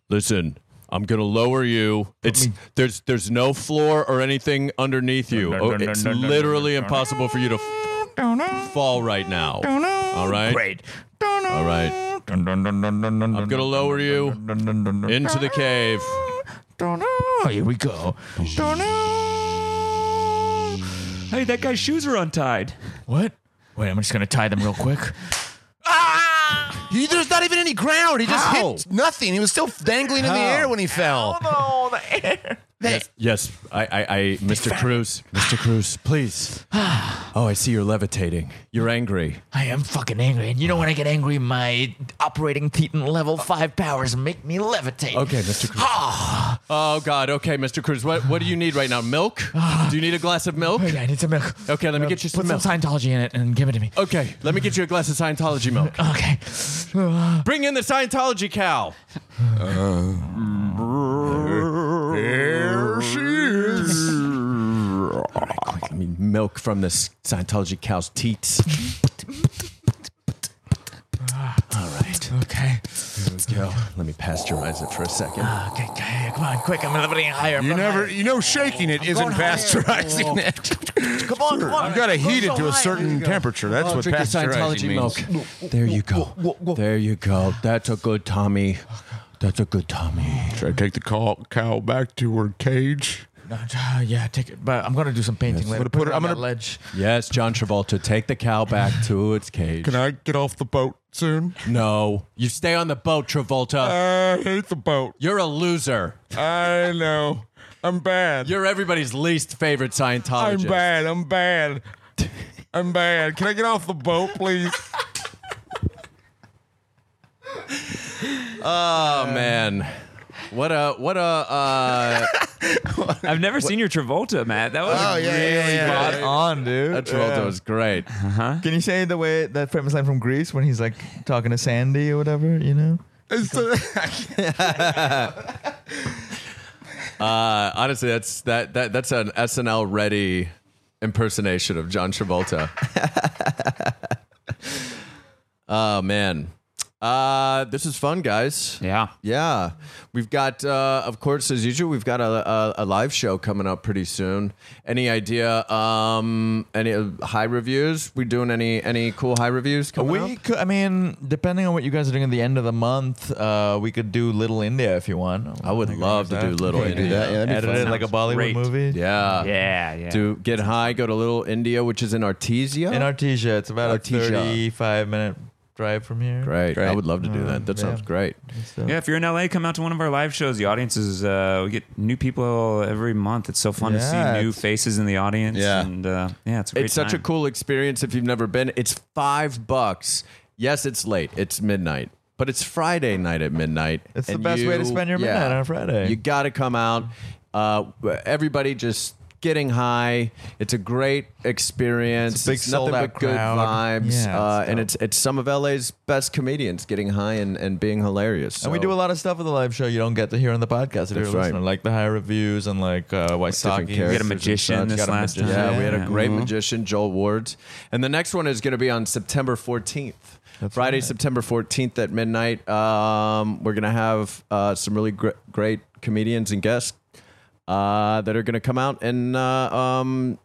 Speaker 2: Listen, I'm gonna lower you. It's there's there's no floor or anything underneath you.
Speaker 5: dun,
Speaker 2: Oh,
Speaker 5: dun,
Speaker 2: it's
Speaker 5: dun, dun, dun,
Speaker 2: literally
Speaker 5: dun, dun.
Speaker 2: impossible for you to f- fall right now. All right.
Speaker 5: great. Don't know.
Speaker 2: All right.
Speaker 5: Dun, dun, dun, dun, dun, dun,
Speaker 2: I'm
Speaker 5: dun,
Speaker 2: gonna lower you
Speaker 5: dun, dun, dun, dun, dun.
Speaker 2: into the cave.
Speaker 5: Don't know.
Speaker 8: Oh, here we go.
Speaker 5: Don't know.
Speaker 3: Hey, that guy's shoes are untied.
Speaker 5: What? Wait, I'm just gonna tie them real quick.
Speaker 4: He, there's not even any ground. He just
Speaker 2: How?
Speaker 4: hit nothing. He was still dangling in the air when he fell.
Speaker 5: Oh, the air.
Speaker 2: Yes, yes. I, I, I Mr. Cruz, Mr. Cruz, please. Oh, I see you're levitating. You're angry.
Speaker 7: I am fucking angry, and you know when I get angry, my operating Thetan level five powers make me levitate.
Speaker 2: Okay, Mr. Cruz.
Speaker 7: Ah.
Speaker 2: Oh God. Okay, Mr. Cruz. What What do you need right now? Milk? Do you need a glass of milk?
Speaker 7: Okay, Ah. I need some milk. Uh,
Speaker 2: Okay, let me get you some
Speaker 7: Put
Speaker 2: milk.
Speaker 7: some Scientology in it and give it to me.
Speaker 2: Okay, let me get you a glass of Scientology milk.
Speaker 7: Okay. Ah.
Speaker 2: Bring in the Scientology cow.
Speaker 4: There she is.
Speaker 2: Let me milk from this Scientology cow's teats. All right,
Speaker 7: Ah. Okay. Ah.
Speaker 2: go. Let me pasteurize it for a second.
Speaker 7: Okay, okay, come on, quick. I'm levitating higher.
Speaker 4: You
Speaker 7: Come
Speaker 4: never,
Speaker 7: higher.
Speaker 4: you know, shaking it isn't
Speaker 7: going higher.
Speaker 4: pasteurizing it.
Speaker 7: Come on, come on.
Speaker 4: I've got to
Speaker 7: Go
Speaker 4: heat
Speaker 7: so
Speaker 4: it to a
Speaker 7: high.
Speaker 4: certain temperature. That's
Speaker 2: Oh,
Speaker 4: what
Speaker 2: drink your
Speaker 4: pasteurizing
Speaker 2: Scientology
Speaker 4: means.
Speaker 2: milk. There you go. There you go. That's a good Tommy.
Speaker 7: Oh,
Speaker 2: That's a good Tommy.
Speaker 4: Should I take the cow, cow back to her cage?
Speaker 7: Uh, yeah, take it. But I'm gonna do some painting later.
Speaker 4: gonna put it-
Speaker 7: on
Speaker 4: I'm
Speaker 7: that
Speaker 4: gonna-
Speaker 7: ledge.
Speaker 2: Yes, John Travolta, take the cow back to its cage.
Speaker 4: Can I get off the boat soon?
Speaker 2: No, you stay on the boat, Travolta.
Speaker 4: I hate the boat.
Speaker 2: You're a loser.
Speaker 4: I know. I'm bad.
Speaker 2: You're everybody's least favorite
Speaker 4: I'm
Speaker 2: Scientologist.
Speaker 4: bad. I'm bad. I'm bad. Can I get off the boat, please?
Speaker 2: Oh man, what a what a uh,
Speaker 3: I've never seen your Travolta, Matt. That was
Speaker 4: yeah,
Speaker 5: Spot on, dude.
Speaker 2: that Travolta
Speaker 5: Yeah.
Speaker 2: was great.
Speaker 5: Can you say the way that famous line from Greece when he's like talking to Sandy or whatever? You know.
Speaker 2: Uh, honestly, that's that that that's an SNL ready impersonation of John Travolta. oh man, uh, this is fun, guys.
Speaker 3: yeah.
Speaker 2: Yeah, we've got, uh, of course, as usual, we've got a, a, a live show coming up pretty soon. Any idea? Um, any uh, high reviews? We doing any any cool high reviews coming
Speaker 5: We
Speaker 2: up?
Speaker 5: could, I mean, depending on what you guys are doing at the end of the month, uh, we could do Little India if you want.
Speaker 2: I would love to do little.
Speaker 4: do
Speaker 2: India.
Speaker 4: that. Yeah, that'd be
Speaker 5: Edit
Speaker 4: fun.
Speaker 5: it like a Bollywood
Speaker 3: Great.
Speaker 5: movie.
Speaker 2: Yeah.
Speaker 3: Yeah, yeah.
Speaker 2: To get high, go to Little India, which is in Artesia.
Speaker 5: In Artesia, it's about
Speaker 2: Artesia.
Speaker 5: a 35 minute drive from here.
Speaker 2: Great. I would love to do that. That
Speaker 5: yeah.
Speaker 2: sounds great.
Speaker 5: So-
Speaker 3: Yeah, if you're in LA, come out to one of our live shows. The audience is uh, we get new people every month. It's so fun
Speaker 5: Yeah,
Speaker 3: to see new
Speaker 5: it's-
Speaker 3: faces in the audience.
Speaker 4: Yeah.
Speaker 3: and uh, yeah, it's a great
Speaker 2: It's such a
Speaker 3: time.
Speaker 2: cool experience if you've never been. It's five bucks. Yes, it's late. It's midnight. But it's Friday night at midnight.
Speaker 5: It's the
Speaker 2: and
Speaker 5: best way to spend your midnight on a Friday.
Speaker 2: You got to come out. Uh, everybody just getting high. It's a great experience.
Speaker 5: It's a big
Speaker 2: nothing
Speaker 5: sold-out
Speaker 2: but good
Speaker 5: crowd.
Speaker 2: vibes.
Speaker 5: Yeah,
Speaker 2: uh,
Speaker 5: it's
Speaker 2: and
Speaker 5: dope.
Speaker 2: it's it's some of LA's best comedians getting high and, and being hilarious.
Speaker 5: And we
Speaker 2: So-
Speaker 5: do a lot of stuff with the live show you don't get to hear on the podcast if you're
Speaker 2: right.
Speaker 5: listening, like the high reviews and like uh, Waisaki.
Speaker 3: We
Speaker 2: characters
Speaker 3: had a magician
Speaker 2: and such.
Speaker 3: this
Speaker 5: Got a
Speaker 3: last
Speaker 5: magician. uh-huh.
Speaker 2: Yeah,
Speaker 3: time.
Speaker 2: we had a great magician, Joel Wards. And the next one is going to be on September 14th. Friday, September 14th at midnight. Um, we're going to have uh, some really gr- great comedians and guests uh, that are going to come out and uh, um,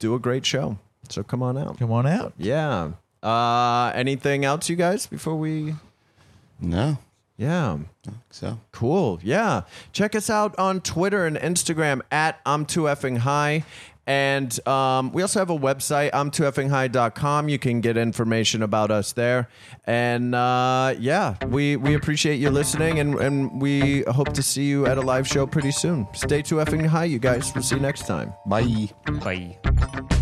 Speaker 2: do a great show. So come on out.
Speaker 5: Come on out.
Speaker 2: Yeah. Uh, anything else, you guys, before we.
Speaker 4: No.
Speaker 2: Yeah.
Speaker 4: So
Speaker 2: Cool. Yeah. Check us out on Twitter and Instagram at I'm Too Effing High. And um, we also have a website, I'm2FingHigh.com. You can get information about us there. And uh, yeah, we, we appreciate you listening and, and we hope to see you at a live show pretty soon. Stay 2 effing high, you guys. We'll see you next time.
Speaker 4: Bye.
Speaker 3: Bye.